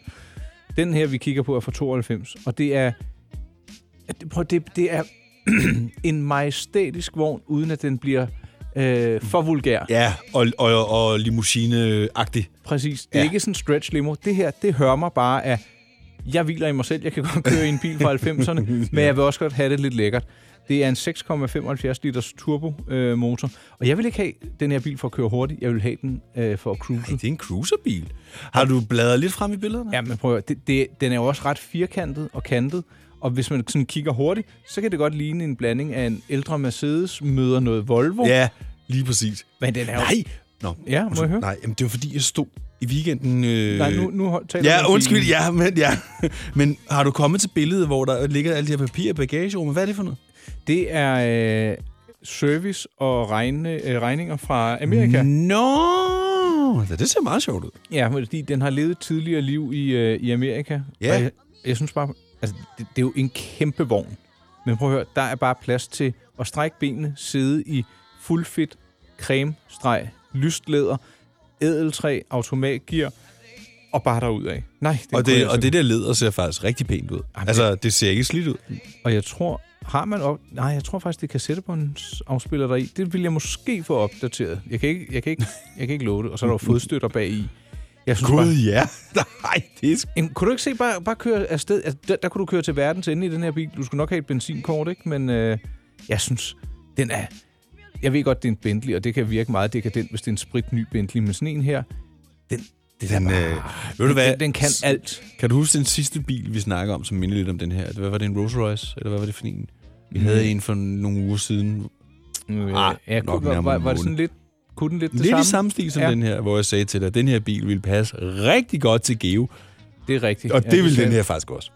[SPEAKER 3] Den her, vi kigger på, er fra 92, og det er... at det- Prøv, at- det, det er [CLEARS THROAT] en majestætisk vogn, uden at den bliver øh, for vulgær.
[SPEAKER 2] Ja, og, og, og limousine-agtig.
[SPEAKER 3] Præcis. Det er
[SPEAKER 2] Ja.
[SPEAKER 3] ja. ikke sådan en stretch limo. Det her, det hører mig bare af, jeg hviler i mig selv, jeg kan godt køre i en
[SPEAKER 2] [LAUGHS]
[SPEAKER 3] bil fra 90'erne, men jeg vil også godt have det lidt lækkert. Det er en 6,75 liters turbomotor, øh, motor. og jeg vil ikke have den her bil for at køre hurtigt, jeg vil have den øh, for at cruise.
[SPEAKER 2] Det er en cruiserbil. Har du bladret lidt frem i billederne?
[SPEAKER 3] Ja, men prøv at høre, det, det, den er jo også ret firkantet og kantet, og hvis man sådan kigger hurtigt, så kan det godt ligne en blanding af en ældre Mercedes møder noget Volvo.
[SPEAKER 2] ja lige præcis.
[SPEAKER 3] Men den er jo...
[SPEAKER 2] Nej! Nå,
[SPEAKER 3] Ja, må jeg høre?
[SPEAKER 2] Nej, jamen, det var fordi, jeg stod i weekenden... Øh...
[SPEAKER 3] Nej, nu, nu hold- taler du
[SPEAKER 2] Ja,
[SPEAKER 3] om
[SPEAKER 2] undskyld,
[SPEAKER 3] bilen.
[SPEAKER 2] ja, men, ja. [LAUGHS] men har du kommet til billedet, hvor der ligger alle de her papirer i bagagerummet? Hvad er det for noget?
[SPEAKER 3] Det er øh, service og regne, øh, regninger fra Amerika. Mm.
[SPEAKER 2] Nå! No! Det ser meget sjovt ud.
[SPEAKER 3] Ja, fordi den har levet et tidligere liv i, øh, i Amerika.
[SPEAKER 2] Ja.
[SPEAKER 3] Og jeg, jeg synes bare, altså, det, det er jo en kæmpe vogn. Men prøv at høre, der er bare plads til at strække benene, sidde i fuldfedt creme streg lyst læder, ædeltræ, automatgear og bare derudad. Nej, den
[SPEAKER 2] Og
[SPEAKER 3] kunne jeg
[SPEAKER 2] det, og det
[SPEAKER 3] simpelthen-
[SPEAKER 2] der leder ser faktisk rigtig pænt ud.
[SPEAKER 3] Jamen,
[SPEAKER 2] altså, det ser ikke slidt ud.
[SPEAKER 3] Og jeg tror, har man op... Nej, jeg tror faktisk, det er kassettebåndsafspiller deri. Det vil jeg måske få opdateret. Jeg kan ikke, jeg kan ikke, jeg kan ikke love det. Og så er
[SPEAKER 2] [LAUGHS]
[SPEAKER 3] der jo fodstøtter bag i. Jeg synes bare,
[SPEAKER 2] ja. [LAUGHS] Nej, det er... sk-
[SPEAKER 3] Jamen, kunne du ikke se, bare, bare køre afsted? Altså, der, der, kunne du køre til verdens ende i den her bil. Du skulle nok have et benzinkort, ikke? Men øh, jeg synes, den er... Jeg ved godt, det er en Bentley, og det kan virke meget dekadent, hvis det er en spritny Bentley. Men sådan en her, den, det er
[SPEAKER 2] Den,
[SPEAKER 3] bare,
[SPEAKER 2] øh, ved du hvad?
[SPEAKER 3] den, den kan
[SPEAKER 2] S-
[SPEAKER 3] alt.
[SPEAKER 2] Kan du huske den sidste bil, vi snakkede om, som mindede lidt om den her? Hvad var det, en Rolls Royce? Eller hvad var det for en? Vi mm. havde en for nogle uger siden.
[SPEAKER 3] Øh,
[SPEAKER 2] Ah,
[SPEAKER 3] ja,
[SPEAKER 2] nok
[SPEAKER 3] kunne, var,
[SPEAKER 2] nærmere
[SPEAKER 3] var, var det
[SPEAKER 2] månen.
[SPEAKER 3] sådan lidt... Kunne den lidt det
[SPEAKER 2] Lidt
[SPEAKER 3] samme?
[SPEAKER 2] i samme stil som ja.
[SPEAKER 3] Ja.
[SPEAKER 2] den her, hvor jeg sagde til dig, at den her bil ville passe rigtig godt til Geo.
[SPEAKER 3] Det er rigtigt.
[SPEAKER 2] Og ja, det ville
[SPEAKER 3] sagde-
[SPEAKER 2] den her faktisk også.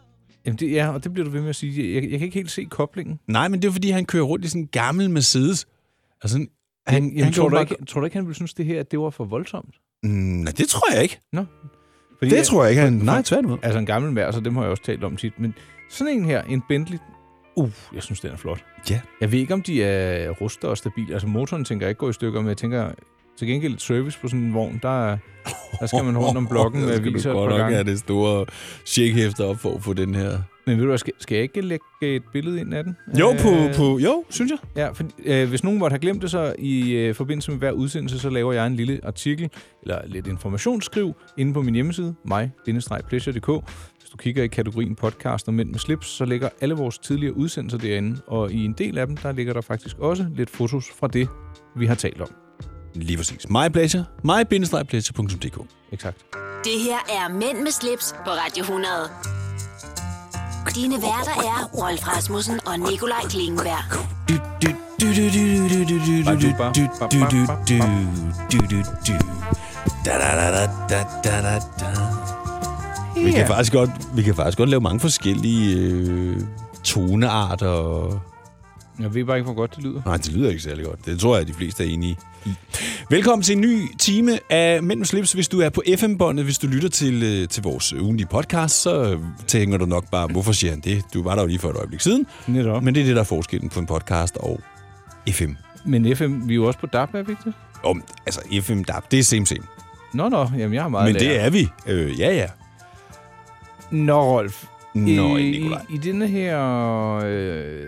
[SPEAKER 3] Jamen det, ja, og det bliver du ved med at sige. Jeg, jeg kan ikke helt se koblingen.
[SPEAKER 2] Nej, men det er fordi, han kører rundt i sådan en gammel Mercedes. Og sådan, han,
[SPEAKER 3] Han, jeg tror, du
[SPEAKER 2] bare-
[SPEAKER 3] ikke, tror du ikke, han ville synes det her, at det var for voldsomt?
[SPEAKER 2] Mm, nej, det tror jeg ikke.
[SPEAKER 3] Fordi
[SPEAKER 2] Det tror jeg ikke, han... Nej,
[SPEAKER 3] for-
[SPEAKER 2] tværtimod.
[SPEAKER 3] Altså en gammel mær, så dem har jeg også talt om tit. Men sådan en her, en Bentley, uh, jeg synes, den er flot.
[SPEAKER 2] Ja.
[SPEAKER 3] Jeg ved ikke, om de er ruster og stabile. Altså motoren tænker jeg ikke gå i stykker, men jeg tænker til gengæld et service på sådan en vogn, der, er- der skal man rundt om
[SPEAKER 2] [LAUGHS]
[SPEAKER 3] blokken med aviser et par gange.
[SPEAKER 2] have det store checkhæfter op for at få den her.
[SPEAKER 3] Men ved du hvad, skal, skal jeg ikke lægge et billede ind af den?
[SPEAKER 2] Jo,
[SPEAKER 3] Øh,
[SPEAKER 2] på, på, jo synes jeg.
[SPEAKER 3] Ja, for, øh, hvis nogen måtte have glemt det, så i øh, forbindelse med hver udsendelse, så laver jeg en lille artikel, eller lidt informationsskriv, inde på min hjemmeside, mig-pleasure.dk. Hvis du kigger i kategorien podcast og mænd med slips, så ligger alle vores tidligere udsendelser derinde, og i en del af dem, der ligger der faktisk også lidt fotos fra det, vi har talt om.
[SPEAKER 2] Lige præcis. My pleasure. my-pleasure.dk
[SPEAKER 3] Exakt.
[SPEAKER 1] Det her er Mænd med slips på Radio 100. Dine værter er Rolf Rasmussen og Nikolaj Klingenberg.
[SPEAKER 2] Du, du, Vi kan faktisk godt, vi kan faktisk godt lave mange forskellige øh, tonearter. Og...
[SPEAKER 3] Jeg ved bare ikke, hvor godt det lyder.
[SPEAKER 2] Nej, det lyder ikke særlig godt. Det tror jeg, at de fleste er enige i. Velkommen til en ny time af Mænd med slips. Hvis du er på FM-båndet, hvis du lytter til, øh, til vores ugenlige podcast, så øh, tænker du nok bare, hvorfor siger han det? Du var der jo lige for et øjeblik siden.
[SPEAKER 3] Netop.
[SPEAKER 2] Men det er det, der er forskellen på en podcast og FM.
[SPEAKER 3] Men FM, vi er jo også på DAB, er vi ikke det?
[SPEAKER 2] Om, altså FM, der, det er same same.
[SPEAKER 3] Nå, nå, jamen jeg har meget
[SPEAKER 2] Men
[SPEAKER 3] at lære.
[SPEAKER 2] det er vi. Øh, ja, Øh, ja.
[SPEAKER 3] Nå, Rolf.
[SPEAKER 2] Nå,
[SPEAKER 3] I,
[SPEAKER 2] Nikolaj.
[SPEAKER 3] I denne her... Øh...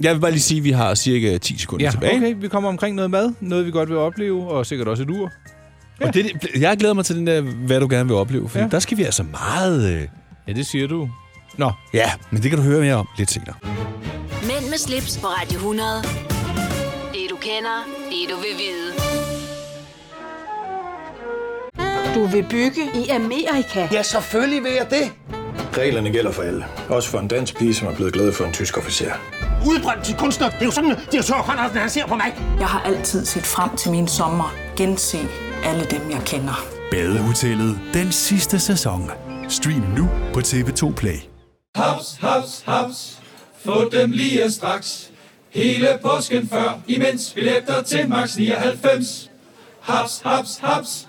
[SPEAKER 2] Jeg vil bare lige sige, at vi har cirka 10 sekunder
[SPEAKER 3] Ja,
[SPEAKER 2] tilbage.
[SPEAKER 3] okay, vi kommer omkring noget mad. Noget, vi godt vil opleve, og sikkert også et ur.
[SPEAKER 2] Og det, er det- jeg glæder mig til den der, hvad du gerne vil opleve, for ja.
[SPEAKER 3] Ja.
[SPEAKER 2] der skal vi altså meget... Øh...
[SPEAKER 3] Ja, det siger du. Nå,
[SPEAKER 2] Ja, men det kan du høre mere om lidt senere.
[SPEAKER 1] Mænd med slips på Radio 100. Det du kender, det du vil vide.
[SPEAKER 4] Du vil bygge i Amerika?
[SPEAKER 5] Ja, selvfølgelig vil jeg det.
[SPEAKER 6] Reglerne gælder for alle. Også for en dansk pige, som er blevet glad for en tysk officer.
[SPEAKER 7] udbrændt til kunstner. Det er jo sådan, at de har tørt, han ser på mig.
[SPEAKER 4] Jeg har altid set frem til min sommer. Gense alle dem, jeg kender.
[SPEAKER 8] Badehotellet den sidste sæson. Stream nu på TV2 Play.
[SPEAKER 9] Haps, haps, haps. Få dem lige straks. Hele påsken før, imens billetter til max 99. Haps, haps, haps.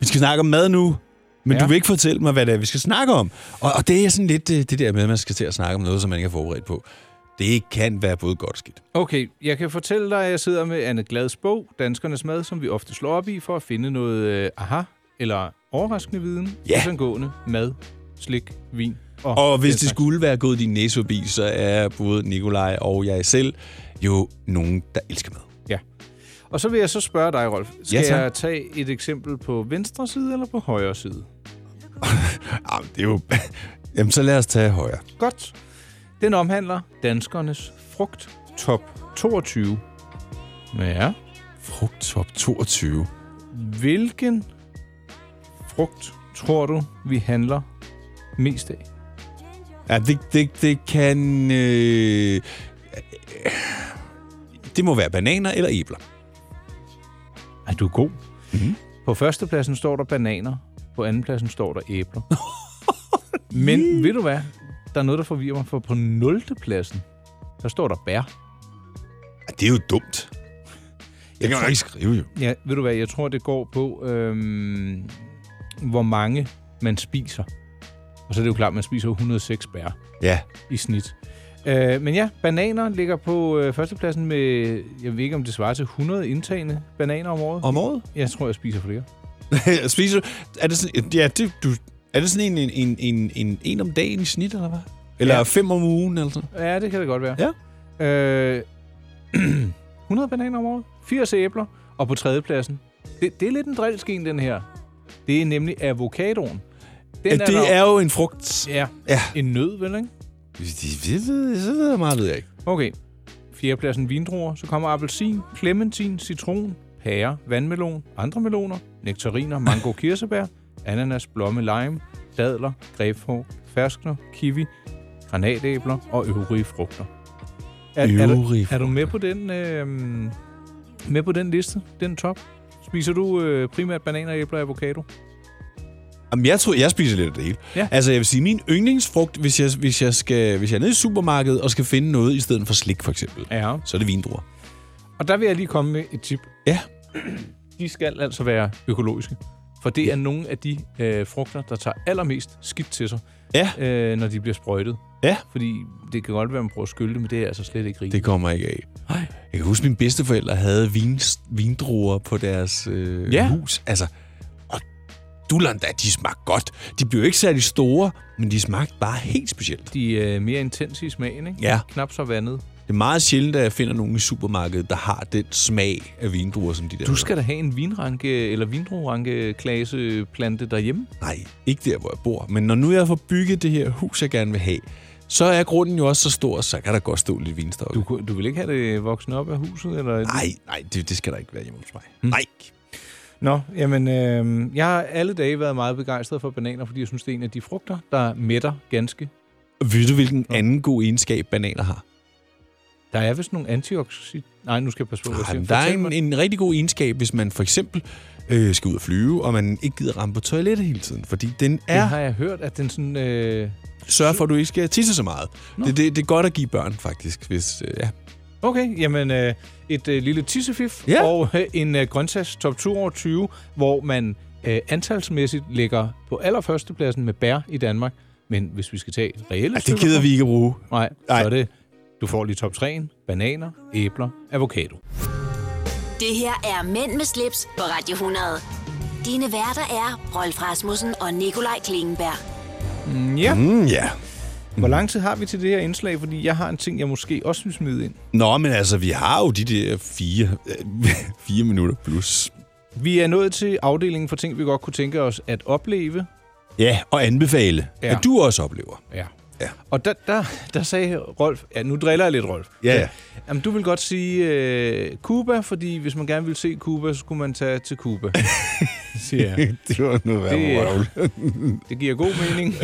[SPEAKER 2] vi skal snakke om mad nu, men ja.
[SPEAKER 3] Ja.
[SPEAKER 2] du vil ikke fortælle mig, hvad det er, vi skal snakke om. Og, og det er sådan lidt øh, det der med, at man skal til at snakke om noget, som man ikke er forberedt på. Det kan være både godt og skidt.
[SPEAKER 3] Okay, jeg kan fortælle dig, at jeg sidder med Anne Glads bog, Danskernes Mad, som vi ofte slår op i for at finde noget øh, aha, eller overraskende viden,
[SPEAKER 2] Ja.
[SPEAKER 3] angående mad, slik, vin og...
[SPEAKER 2] Og hvis
[SPEAKER 3] den
[SPEAKER 2] det
[SPEAKER 3] slags.
[SPEAKER 2] skulle være gået din næse forbi, så er både Nikolaj og jeg selv jo nogen, der elsker mad.
[SPEAKER 3] Og så vil jeg så spørge dig, Rolf. Skal
[SPEAKER 2] tak.
[SPEAKER 3] jeg tage et eksempel på venstre side eller på højre side?
[SPEAKER 2] Jamen, det er jo... [LAUGHS] Jamen, så lad os tage højre.
[SPEAKER 3] Godt. Den omhandler danskernes frugt top 22. Ja.
[SPEAKER 2] Frugt top 22.
[SPEAKER 3] Hvilken frugt tror du, vi handler mest af?
[SPEAKER 2] Ja, det, det, det kan... Øh, det må være bananer eller æbler.
[SPEAKER 3] Er du er god? Mm-hmm. På førstepladsen står der bananer, på andenpladsen står der æbler. Men ved du hvad? Der er noget, der forvirrer mig, for på 0. pladsen, der står der bær.
[SPEAKER 2] Ja, det er jo dumt. Jeg kan jo ikke skrive, jo.
[SPEAKER 3] Ja, ved du hvad? Jeg tror, det går på, øhm, hvor mange man spiser. Og så er det jo klart, man spiser jo 106 bær
[SPEAKER 2] Ja.
[SPEAKER 3] i snit. Øh, men ja, bananer ligger på øh, førstepladsen med, jeg ved ikke, om det svarer til 100 indtagende bananer om året.
[SPEAKER 2] Om året?
[SPEAKER 3] Jeg tror, jeg spiser flere.
[SPEAKER 2] [LAUGHS] Spiser du... Er det sådan, ja, det, du, er det sådan en, en, en, en, en om dagen i snit, eller hvad? Eller ja.
[SPEAKER 3] Ja.
[SPEAKER 2] fem om ugen, eller sådan
[SPEAKER 3] Ja, det kan det godt være. Ja. Øh, [CLEARS THROAT] 100 bananer om året, 80 æbler, og på tredjepladsen. Det, det er lidt en drilsken, den her. Det er nemlig avocadoen. Den
[SPEAKER 2] ja, Det er jo en frugt.
[SPEAKER 3] Ja,
[SPEAKER 2] Ja.
[SPEAKER 3] en nød, vel ikke?
[SPEAKER 2] Det ved, så ved jeg meget, ved jeg ikke.
[SPEAKER 3] Okay. Fjerdepladsen vindruer, så kommer appelsin, clementin, citron, pære, vandmelon, andre meloner, nektariner, mango, kirsebær, ananas, blomme, lime, dadler, grebfrugt, ferskner, kiwi, granatæbler og øvrige frugter. Er, er,
[SPEAKER 2] Øvrige
[SPEAKER 3] du, er du med på den øh, med på den liste, den top? Spiser du øh, primært bananer, æbler og avocado?
[SPEAKER 2] Jamen, jeg tror, jeg spiser lidt af det hele.
[SPEAKER 3] Ja.
[SPEAKER 2] Altså, jeg vil sige, min yndlingsfrugt, hvis jeg, hvis, jeg skal, hvis jeg er nede i supermarkedet og skal finde noget i stedet for slik, for eksempel,
[SPEAKER 3] Ja.
[SPEAKER 2] så er det vindruer.
[SPEAKER 3] Og der vil jeg lige komme med et tip.
[SPEAKER 2] Ja.
[SPEAKER 3] [CLEARS THROAT] De skal altså være økologiske. For det er nogle af de øh, frugter, der tager allermest skidt til sig,
[SPEAKER 2] Ja.
[SPEAKER 3] øh, når de bliver sprøjtet.
[SPEAKER 2] Ja.
[SPEAKER 3] Fordi det kan godt være, man prøver at skylde det, men det er altså slet ikke rigtigt.
[SPEAKER 2] Det kommer ikke af. Jeg kan huske, at mine bedsteforældre havde vin, vindruer på deres øh, ja.
[SPEAKER 3] Ja.
[SPEAKER 2] hus. Altså, og dullerne da, de smagte godt. De blev ikke særlig store, men de smagte bare helt specielt.
[SPEAKER 3] De er mere øh, intense i smagen, ikke?
[SPEAKER 2] Ja.
[SPEAKER 3] Knap så vandet.
[SPEAKER 2] Det er meget sjældent, at jeg finder nogen i supermarkedet, der har den smag af vindruer, som de der
[SPEAKER 3] Du
[SPEAKER 2] har.
[SPEAKER 3] skal da have en vinranke eller vindrueranke plante derhjemme.
[SPEAKER 2] Nej, ikke der, hvor jeg bor. Men når nu jeg får bygget det her hus, jeg gerne vil have, så er grunden jo også så stor, så kan der godt stå lidt vinstokke.
[SPEAKER 3] Du, kunne- du vil ikke have det voksne op af huset? Eller
[SPEAKER 2] Nej, nej, det, det skal der ikke være hjemme hos mig.
[SPEAKER 3] Hmm.
[SPEAKER 2] Mm. Nej.
[SPEAKER 3] Nå, jamen, øh, jeg har alle dage været meget begejstret for bananer, fordi jeg synes, det er en af de frugter, der mætter ganske.
[SPEAKER 2] Ved du, hvilken anden god egenskab bananer har?
[SPEAKER 3] Der er vist nogle antioxid... Nej, nu skal jeg passe på, hvad jeg
[SPEAKER 2] Ej,
[SPEAKER 3] siger.
[SPEAKER 2] men der er
[SPEAKER 3] Fortæl
[SPEAKER 2] en,
[SPEAKER 3] mig.
[SPEAKER 2] en rigtig god egenskab, hvis man for eksempel øh, skal ud og flyve, og man ikke gider ramme på toilettet hele tiden, fordi den
[SPEAKER 3] Det har
[SPEAKER 2] er...
[SPEAKER 3] jeg hørt, at den sådan... Øh...
[SPEAKER 2] Sørg for, at du ikke skal tisse så meget. Det, det, det er godt at give børn, faktisk, hvis... Øh, ja.
[SPEAKER 3] Okay, jamen, øh, et øh, lille tissefif
[SPEAKER 2] Ja.
[SPEAKER 3] og øh, en øh, grøntsags top 2 over 20, hvor man øh, antalsmæssigt ligger på allerførstepladsen med bær i Danmark. Men hvis vi skal tage reelle
[SPEAKER 2] Ej, det
[SPEAKER 3] stykker-
[SPEAKER 2] gider vi ikke at bruge.
[SPEAKER 3] Nej,
[SPEAKER 2] Nej.
[SPEAKER 3] så er det... Du får lige top 3'en, bananer, æbler, avocado.
[SPEAKER 2] Mm.
[SPEAKER 1] Det her er Mænd med slips på Radio 100. Dine værter er Rolf Rasmussen og Nikolaj Klingenberg.
[SPEAKER 3] Ja.
[SPEAKER 2] Mm, ja.
[SPEAKER 3] Hvor lang tid har vi til det her indslag? Fordi jeg har en ting, jeg måske også vil smide ind.
[SPEAKER 2] Nå, men altså, vi har jo de der fire, øh, [LAUGHS] fire minutter plus.
[SPEAKER 3] Vi er nået til afdelingen for ting, vi godt kunne tænke os at opleve.
[SPEAKER 2] Ja, og anbefale,
[SPEAKER 3] Ja.
[SPEAKER 2] ja. at du også oplever.
[SPEAKER 3] Ja.
[SPEAKER 2] Ja.
[SPEAKER 3] Og der, der, der sagde Rolf... Ja, nu driller jeg lidt, Rolf.
[SPEAKER 2] Ja, ja.
[SPEAKER 3] Jamen, du vil godt sige øh, Cuba, fordi hvis man gerne vil se Cuba, så skulle man tage til
[SPEAKER 2] [LAUGHS]
[SPEAKER 3] Cuba. Siger jeg.
[SPEAKER 2] [LAUGHS] det var noget
[SPEAKER 3] Det,
[SPEAKER 2] værre
[SPEAKER 3] øh,
[SPEAKER 2] røvl.
[SPEAKER 3] det giver god mening.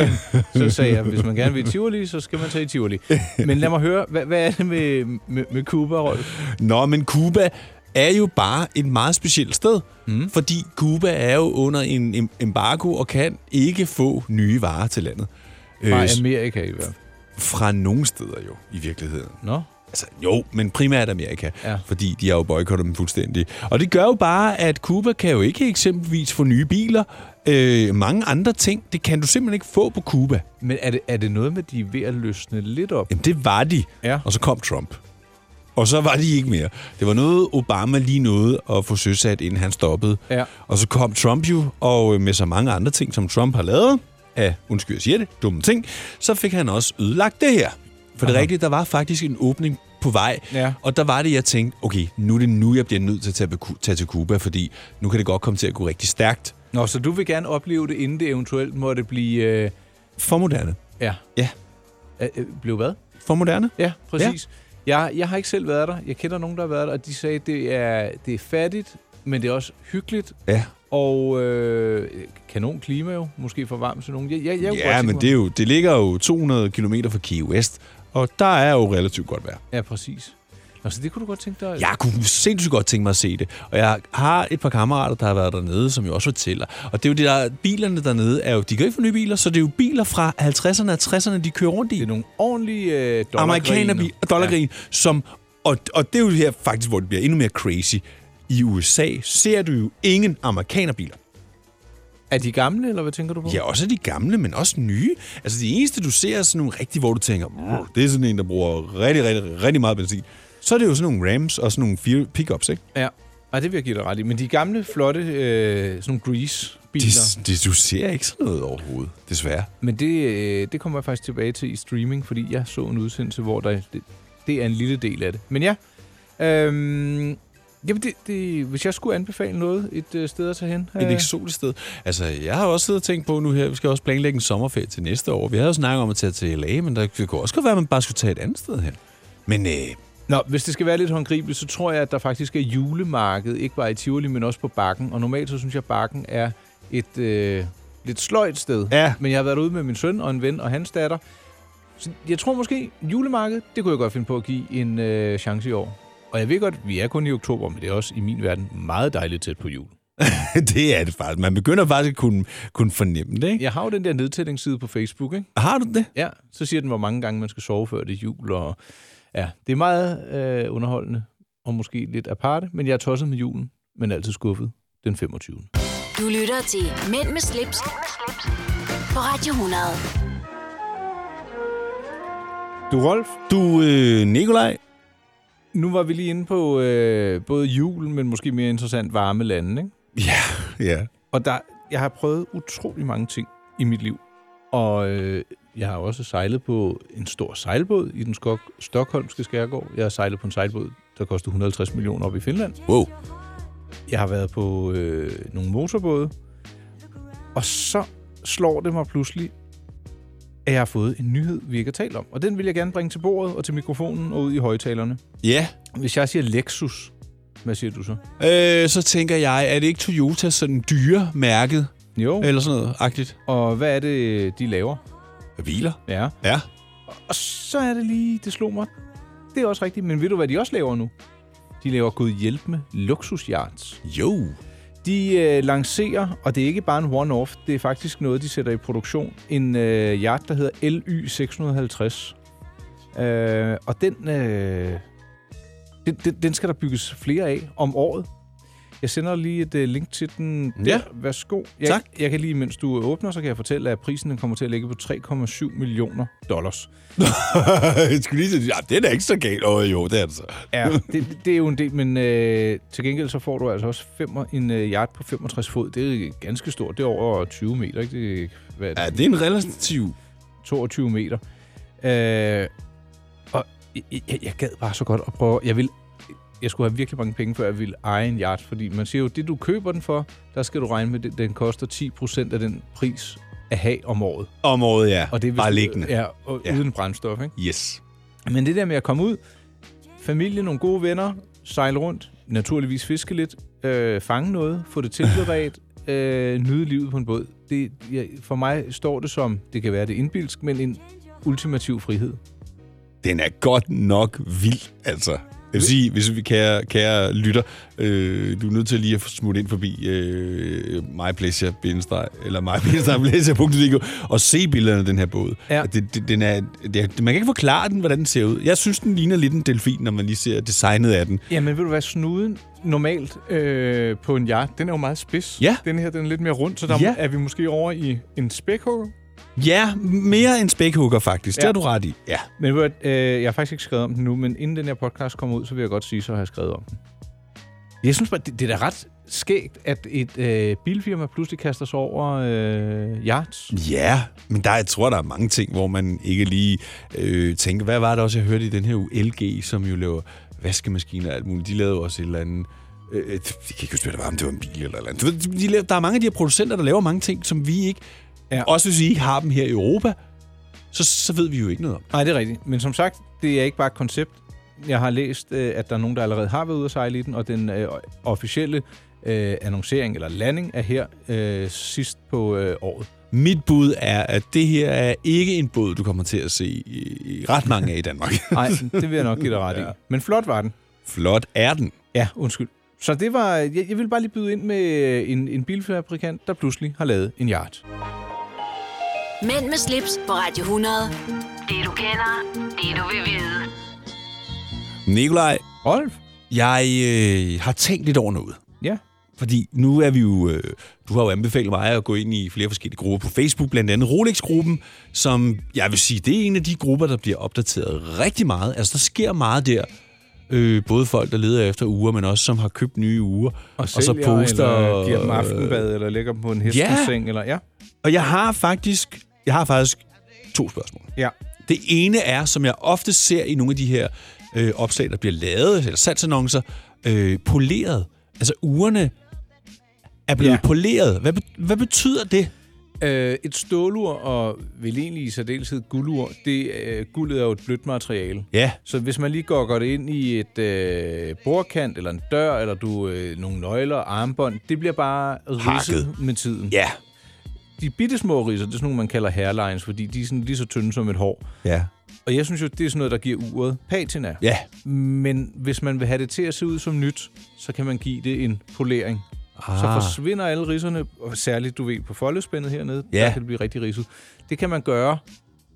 [SPEAKER 3] Så sagde jeg, hvis man gerne vil i Tivoli, så skal man tage i Tivoli. Men lad mig høre, hvad, hvad er det med, med, med Cuba, Rolf?
[SPEAKER 2] Nå, men Cuba er jo bare et meget specielt sted, mm. fordi Cuba er jo under en em- embargo og kan ikke få nye varer til landet.
[SPEAKER 3] Fra
[SPEAKER 2] Øh, s-
[SPEAKER 3] Amerika i hvert fald.
[SPEAKER 2] fra nogle steder jo, i virkeligheden.
[SPEAKER 3] Nå?
[SPEAKER 2] Altså, jo, men primært Amerika,
[SPEAKER 3] Ja.
[SPEAKER 2] ja. fordi de har jo boykottet dem fuldstændig. Og det gør jo bare, at Cuba kan jo ikke eksempelvis få nye biler. Øh, mange andre ting, det kan du simpelthen ikke få på Cuba.
[SPEAKER 3] Men er det, er det noget med, de er ved at løsne lidt op?
[SPEAKER 2] Jamen, det var de.
[SPEAKER 3] Ja.
[SPEAKER 2] Og så kom Trump. Og så var de ikke mere. Det var noget, Obama lige nåede at få søsat, inden han stoppede.
[SPEAKER 3] Ja.
[SPEAKER 2] Og så kom Trump jo, og øh, med så mange andre ting, som Trump har lavet, af, undskyld, jeg siger det, dumme ting, så fik han også ødelagt det her. For det er rigtigt, der var faktisk en åbning på vej,
[SPEAKER 3] Ja.
[SPEAKER 2] og der var det, jeg tænkte, okay, nu er det nu, jeg bliver nødt til at tage, på Ku- tage til Cuba, fordi nu kan det godt komme til at gå rigtig stærkt
[SPEAKER 3] Nå, så du vil gerne opleve det, inden det eventuelt måtte blive... Øh,
[SPEAKER 2] for moderne.
[SPEAKER 3] ja.
[SPEAKER 2] Ja.
[SPEAKER 3] Øh, øh, blev hvad?
[SPEAKER 2] For moderne?
[SPEAKER 3] Ja, præcis. Ja. Jeg, jeg har ikke selv været der. Jeg kender nogen, der har været der, og de sagde, at det er, det er fattigt, men det er også hyggeligt.
[SPEAKER 2] Ja.
[SPEAKER 3] Og øh, kanon klima jo. Måske for varmt til nogen. Jeg, jeg, jeg kunne godt
[SPEAKER 2] Ja,
[SPEAKER 3] tænke
[SPEAKER 2] men
[SPEAKER 3] mig-
[SPEAKER 2] det, er jo, det ligger jo 200 km fra Key West, og der er jo relativt godt vejr.
[SPEAKER 3] Ja, præcis. Nå, så det kunne du godt tænke dig...
[SPEAKER 2] Jeg kunne sindssygt godt tænke mig at se det, og jeg har et par kammerater, der har været dernede, som jo også fortæller. Og det er jo det der, bilerne dernede, er jo, de kan jo ikke få nye biler, så det er jo biler fra 50'erne og 60'erne, de kører rundt i.
[SPEAKER 3] Det er nogle ordentlige øh, dollargriner.
[SPEAKER 2] amerikanerbil og dollargrin, ja. som... Og, og det er jo her faktisk, hvor det bliver endnu mere crazy. I USA ser du jo ingen amerikanerbiler.
[SPEAKER 3] Ja. Er de gamle, eller hvad tænker du på?
[SPEAKER 2] Ja, også de gamle, men også nye. Altså, de eneste, du ser, er sådan nogle rigtige, hvor du tænker, "Brr, det er sådan en, der bruger rigtig, rigtig, rigtig meget benzin. Så er det jo sådan nogle Rams og sådan nogle fire pickups, ikke?
[SPEAKER 3] Ja. Ej, det vil jeg give dig ret i. Men de gamle, flotte, øh, sådan nogle grease-biler.
[SPEAKER 2] Det, det, du ser ikke sådan noget overhovedet, desværre.
[SPEAKER 3] Men det, øh, det kommer jeg faktisk tilbage til i streaming, fordi jeg så en udsendelse, hvor der, det, det er en lille del af det. Men ja, øhm, jamen det, det, hvis jeg skulle anbefale noget et øh, sted at tage hen...
[SPEAKER 2] Et eksotisk sted. Altså, jeg har også siddet og tænkt på nu her, vi skal også planlægge en sommerferie til næste år. Vi havde jo snakket om at tage til LA, men der det kunne også godt være, at man bare skulle tage et andet sted hen. Men øh, [LAUGHS]
[SPEAKER 3] Nå, hvis det skal være lidt håndgribeligt, så tror jeg, at der faktisk er julemarked, ikke bare i Tivoli, men også på Bakken. Og normalt så synes jeg, at Bakken er et øh, lidt sløjt sted.
[SPEAKER 2] Ja.
[SPEAKER 3] Men jeg har været ude med min søn og en ven og hans datter. Så jeg tror måske, julemarked, det kunne jeg godt finde på at give en øh, chance i år. Og jeg ved godt, vi er kun i oktober, men det er også i min verden meget dejligt tæt på jul.
[SPEAKER 2] det er det faktisk. Man begynder faktisk at kunne, kunne fornemme det, ikke?
[SPEAKER 3] Jeg har jo den der nedtællingsside på Facebook, ikke?
[SPEAKER 2] Har du det?
[SPEAKER 3] Ja, så siger den, hvor mange gange man skal sove før det er jul. Og ja, det er meget øh, underholdende og måske lidt aparte, men jeg er tosset med julen, men altid skuffet den 25.
[SPEAKER 1] Du lytter til Mænd med slips, på Radio 100.
[SPEAKER 3] Du, Rolf,
[SPEAKER 2] Du, øh, Nikolaj,
[SPEAKER 3] nu var vi lige inde på øh, både julen, men måske mere interessant varme lande, ikke?
[SPEAKER 2] Ja, ja.
[SPEAKER 3] Og der, jeg har prøvet utrolig mange ting i mit liv. Og øh, Jeg har også sejlet på en stor sejlbåd i den skok- stokholmske skærgård. Jeg har sejlet på en sejlbåd, der koster 150 millioner op i Finland.
[SPEAKER 2] Wow.
[SPEAKER 3] Jeg har været på øh, nogle motorbåde. Og så slår det mig pludselig, at jeg har fået en nyhed, vi ikke har talt om. Og den vil jeg gerne bringe til bordet og til mikrofonen og ud i højtalerne.
[SPEAKER 2] Ja.
[SPEAKER 3] Hvis jeg siger Lexus, hvad siger du så?
[SPEAKER 2] Øh, så tænker jeg, er det ikke Toyota sådan dyre mærket?
[SPEAKER 3] Jo.
[SPEAKER 2] Eller sådan noget, agtigt.
[SPEAKER 3] Og hvad er det, de laver?
[SPEAKER 2] Biler.
[SPEAKER 3] Ja.
[SPEAKER 2] Ja.
[SPEAKER 3] Og så er det lige, det slog mig. Det er også rigtigt, men ved du, hvad de også laver nu? De laver god hjælp med luksusjarts.
[SPEAKER 2] Jo. [LAUGHS]
[SPEAKER 3] De øh, lancerer, og det er ikke bare en one-off, det er faktisk noget, de sætter i produktion, en øh, yacht, der hedder LY650. Øh, og den, øh, den, den, den skal der bygges flere af om året. Jeg sender lige et øh, link til den. Der.
[SPEAKER 2] Ja.
[SPEAKER 3] Værsgo. Jeg,
[SPEAKER 2] Tak.
[SPEAKER 3] Jeg kan lige, mens du øh, åbner, så kan jeg fortælle, at prisen den kommer til at ligge på 3,7 millioner dollars.
[SPEAKER 2] jeg skulle lige sige, ja, det er da ikke så galt. Åh oh, jo, det er det så.
[SPEAKER 3] Ja, det, det er jo en del, men øh, til gengæld så får du altså også fem, en øh, yard på 65 fod. Det er ganske stort. Det er over 20 meter, ikke? Det er, hvad er det?
[SPEAKER 2] Ja, det er en relativ...
[SPEAKER 3] 22 meter. Øh, og jeg, jeg, jeg gad bare så godt at prøve. Jeg vil jeg skulle have virkelig mange penge, før jeg ville eje en yacht, fordi man siger jo, det du køber den for, der skal du regne med, at den koster 10% af den pris at have om året.
[SPEAKER 2] Om året, ja.
[SPEAKER 3] Og det er hvis
[SPEAKER 2] Bare
[SPEAKER 3] du-
[SPEAKER 2] liggende.
[SPEAKER 3] Ja, og
[SPEAKER 2] Ja.
[SPEAKER 3] ja. uden brændstof, ikke?
[SPEAKER 2] Yes.
[SPEAKER 3] Men det der med at komme ud, familie, nogle gode venner, sejle rundt, naturligvis fiske lidt, øh, fange noget, få det tilberedt, øh, nyde livet på en båd. Det, jeg, for mig står det som, det kan være det er indbilsk, men en ultimativ frihed.
[SPEAKER 2] Den er godt nok vild, altså. Jeg vil sige, hvis vi kære, kære lytter, øh, du er nødt til lige at smutte ind forbi øh, mypleasure eller mypleasure.dk og se billederne af den her båd.
[SPEAKER 3] Ja.
[SPEAKER 2] Det, det, den er, det er, man kan ikke forklare den, hvordan den ser ud. Jeg synes, den ligner lidt en delfin, når man lige ser designet af den.
[SPEAKER 3] Jamen, ved du hvad, snuden normalt øh, på en yacht, den er jo meget spids.
[SPEAKER 2] Ja.
[SPEAKER 3] Den her, den er lidt mere rund, så der
[SPEAKER 2] Ja.
[SPEAKER 3] er vi måske over i en spækhugger.
[SPEAKER 2] Ja, mere en spækhugger faktisk. Ja. Det
[SPEAKER 3] Ja.
[SPEAKER 2] har du ret i. Ja.
[SPEAKER 3] Men ved du, hvad, øh, jeg har faktisk ikke skrevet om den nu, men inden den her podcast kommer ud, så vil jeg godt sige, så har jeg skrevet om den. Jeg synes bare, det, det er da ret skægt, at et øh, bilfirma pludselig kaster sig over øh, yachts.
[SPEAKER 2] Ja, men der, jeg tror, der er mange ting, hvor man ikke lige øh, tænker, hvad var det også, jeg hørte i den her uge? LG, som jo laver vaskemaskiner og alt muligt. De lavede også et eller andet... Øh, øh, jeg kan ikke huske, hvad det var, om det var en bil eller et eller andet. Du ved, De laver, der er mange af de her producenter, der laver mange ting, som vi ikke... Ja.
[SPEAKER 3] Ja.
[SPEAKER 2] Også hvis vi ikke har dem her i Europa, så, så ved vi jo ikke noget om.
[SPEAKER 3] Nej, det er rigtigt. Men som sagt, det er ikke bare et koncept. Jeg har læst, øh, at der er nogen, der allerede har været ude at sejle i den, og den øh, officielle øh, annoncering eller landing er her øh, sidst på øh, året.
[SPEAKER 2] Mit bud er, at det her er ikke en båd, du kommer til at se i, i ret mange af i Danmark. [LAUGHS]
[SPEAKER 3] Nej, [LAUGHS] det vil jeg nok give dig ret i.
[SPEAKER 2] Ja.
[SPEAKER 3] Men flot var den.
[SPEAKER 2] Flot er den.
[SPEAKER 3] Ja, undskyld. Så det var, jeg, jeg vil bare lige byde ind med øh, en, en bilfabrikant, der pludselig har lavet en yard.
[SPEAKER 1] Mænd med slips på Radio 100. Det du kender, det du vil vide.
[SPEAKER 2] Nikolaj,
[SPEAKER 3] Rolf?
[SPEAKER 2] jeg øh, har tænkt lidt over noget.
[SPEAKER 3] Ja.
[SPEAKER 2] Fordi nu er vi jo... Øh, du har jo anbefalet mig at gå ind i flere forskellige grupper på Facebook, blandt andet Rolex-gruppen, som jeg vil sige, det er en af de grupper, der bliver opdateret rigtig meget. Altså, der sker meget der. Øh, både folk, der leder efter uger, men også som har købt nye uger.
[SPEAKER 3] sælger, Eller giver dem aftenbad, eller lægger dem på en hesteseng, eller ja.
[SPEAKER 2] øh, Og jeg har faktisk, jeg har faktisk to spørgsmål.
[SPEAKER 3] Ja.
[SPEAKER 2] Det ene er, som jeg ofte ser i nogle af de her øh, opslag, der bliver lavet, eller salgsannoncer, øh, poleret. Altså ugerne er blevet ja.
[SPEAKER 3] Ja.
[SPEAKER 2] poleret. Hvad, be- hvad betyder det?
[SPEAKER 3] Øh, et stålur, og vel egentlig i særdeleshed guldur, det, øh, guldet er jo et blødt materiale.
[SPEAKER 2] Ja.
[SPEAKER 3] Så hvis man lige går godt ind i et øh, bordkant, eller en dør, eller du øh, nogle nøgler, armbånd, det bliver bare ridset
[SPEAKER 2] Hakket.
[SPEAKER 3] med tiden.
[SPEAKER 2] Ja.
[SPEAKER 3] De bittesmå ridser, det er sådan nogle, man kalder hairlines, fordi de er sådan lige så tynde som et hår.
[SPEAKER 2] Ja.
[SPEAKER 3] Og jeg synes jo, det er sådan noget, der giver uret patina.
[SPEAKER 2] Ja.
[SPEAKER 3] Men hvis man vil have det til at se ud som nyt, så kan man give det en polering. Ah. Så forsvinder alle ridserne, og særligt, du ved, på foldespændet hernede,
[SPEAKER 2] Ja.
[SPEAKER 3] der kan det blive rigtig ridset. Det kan man gøre,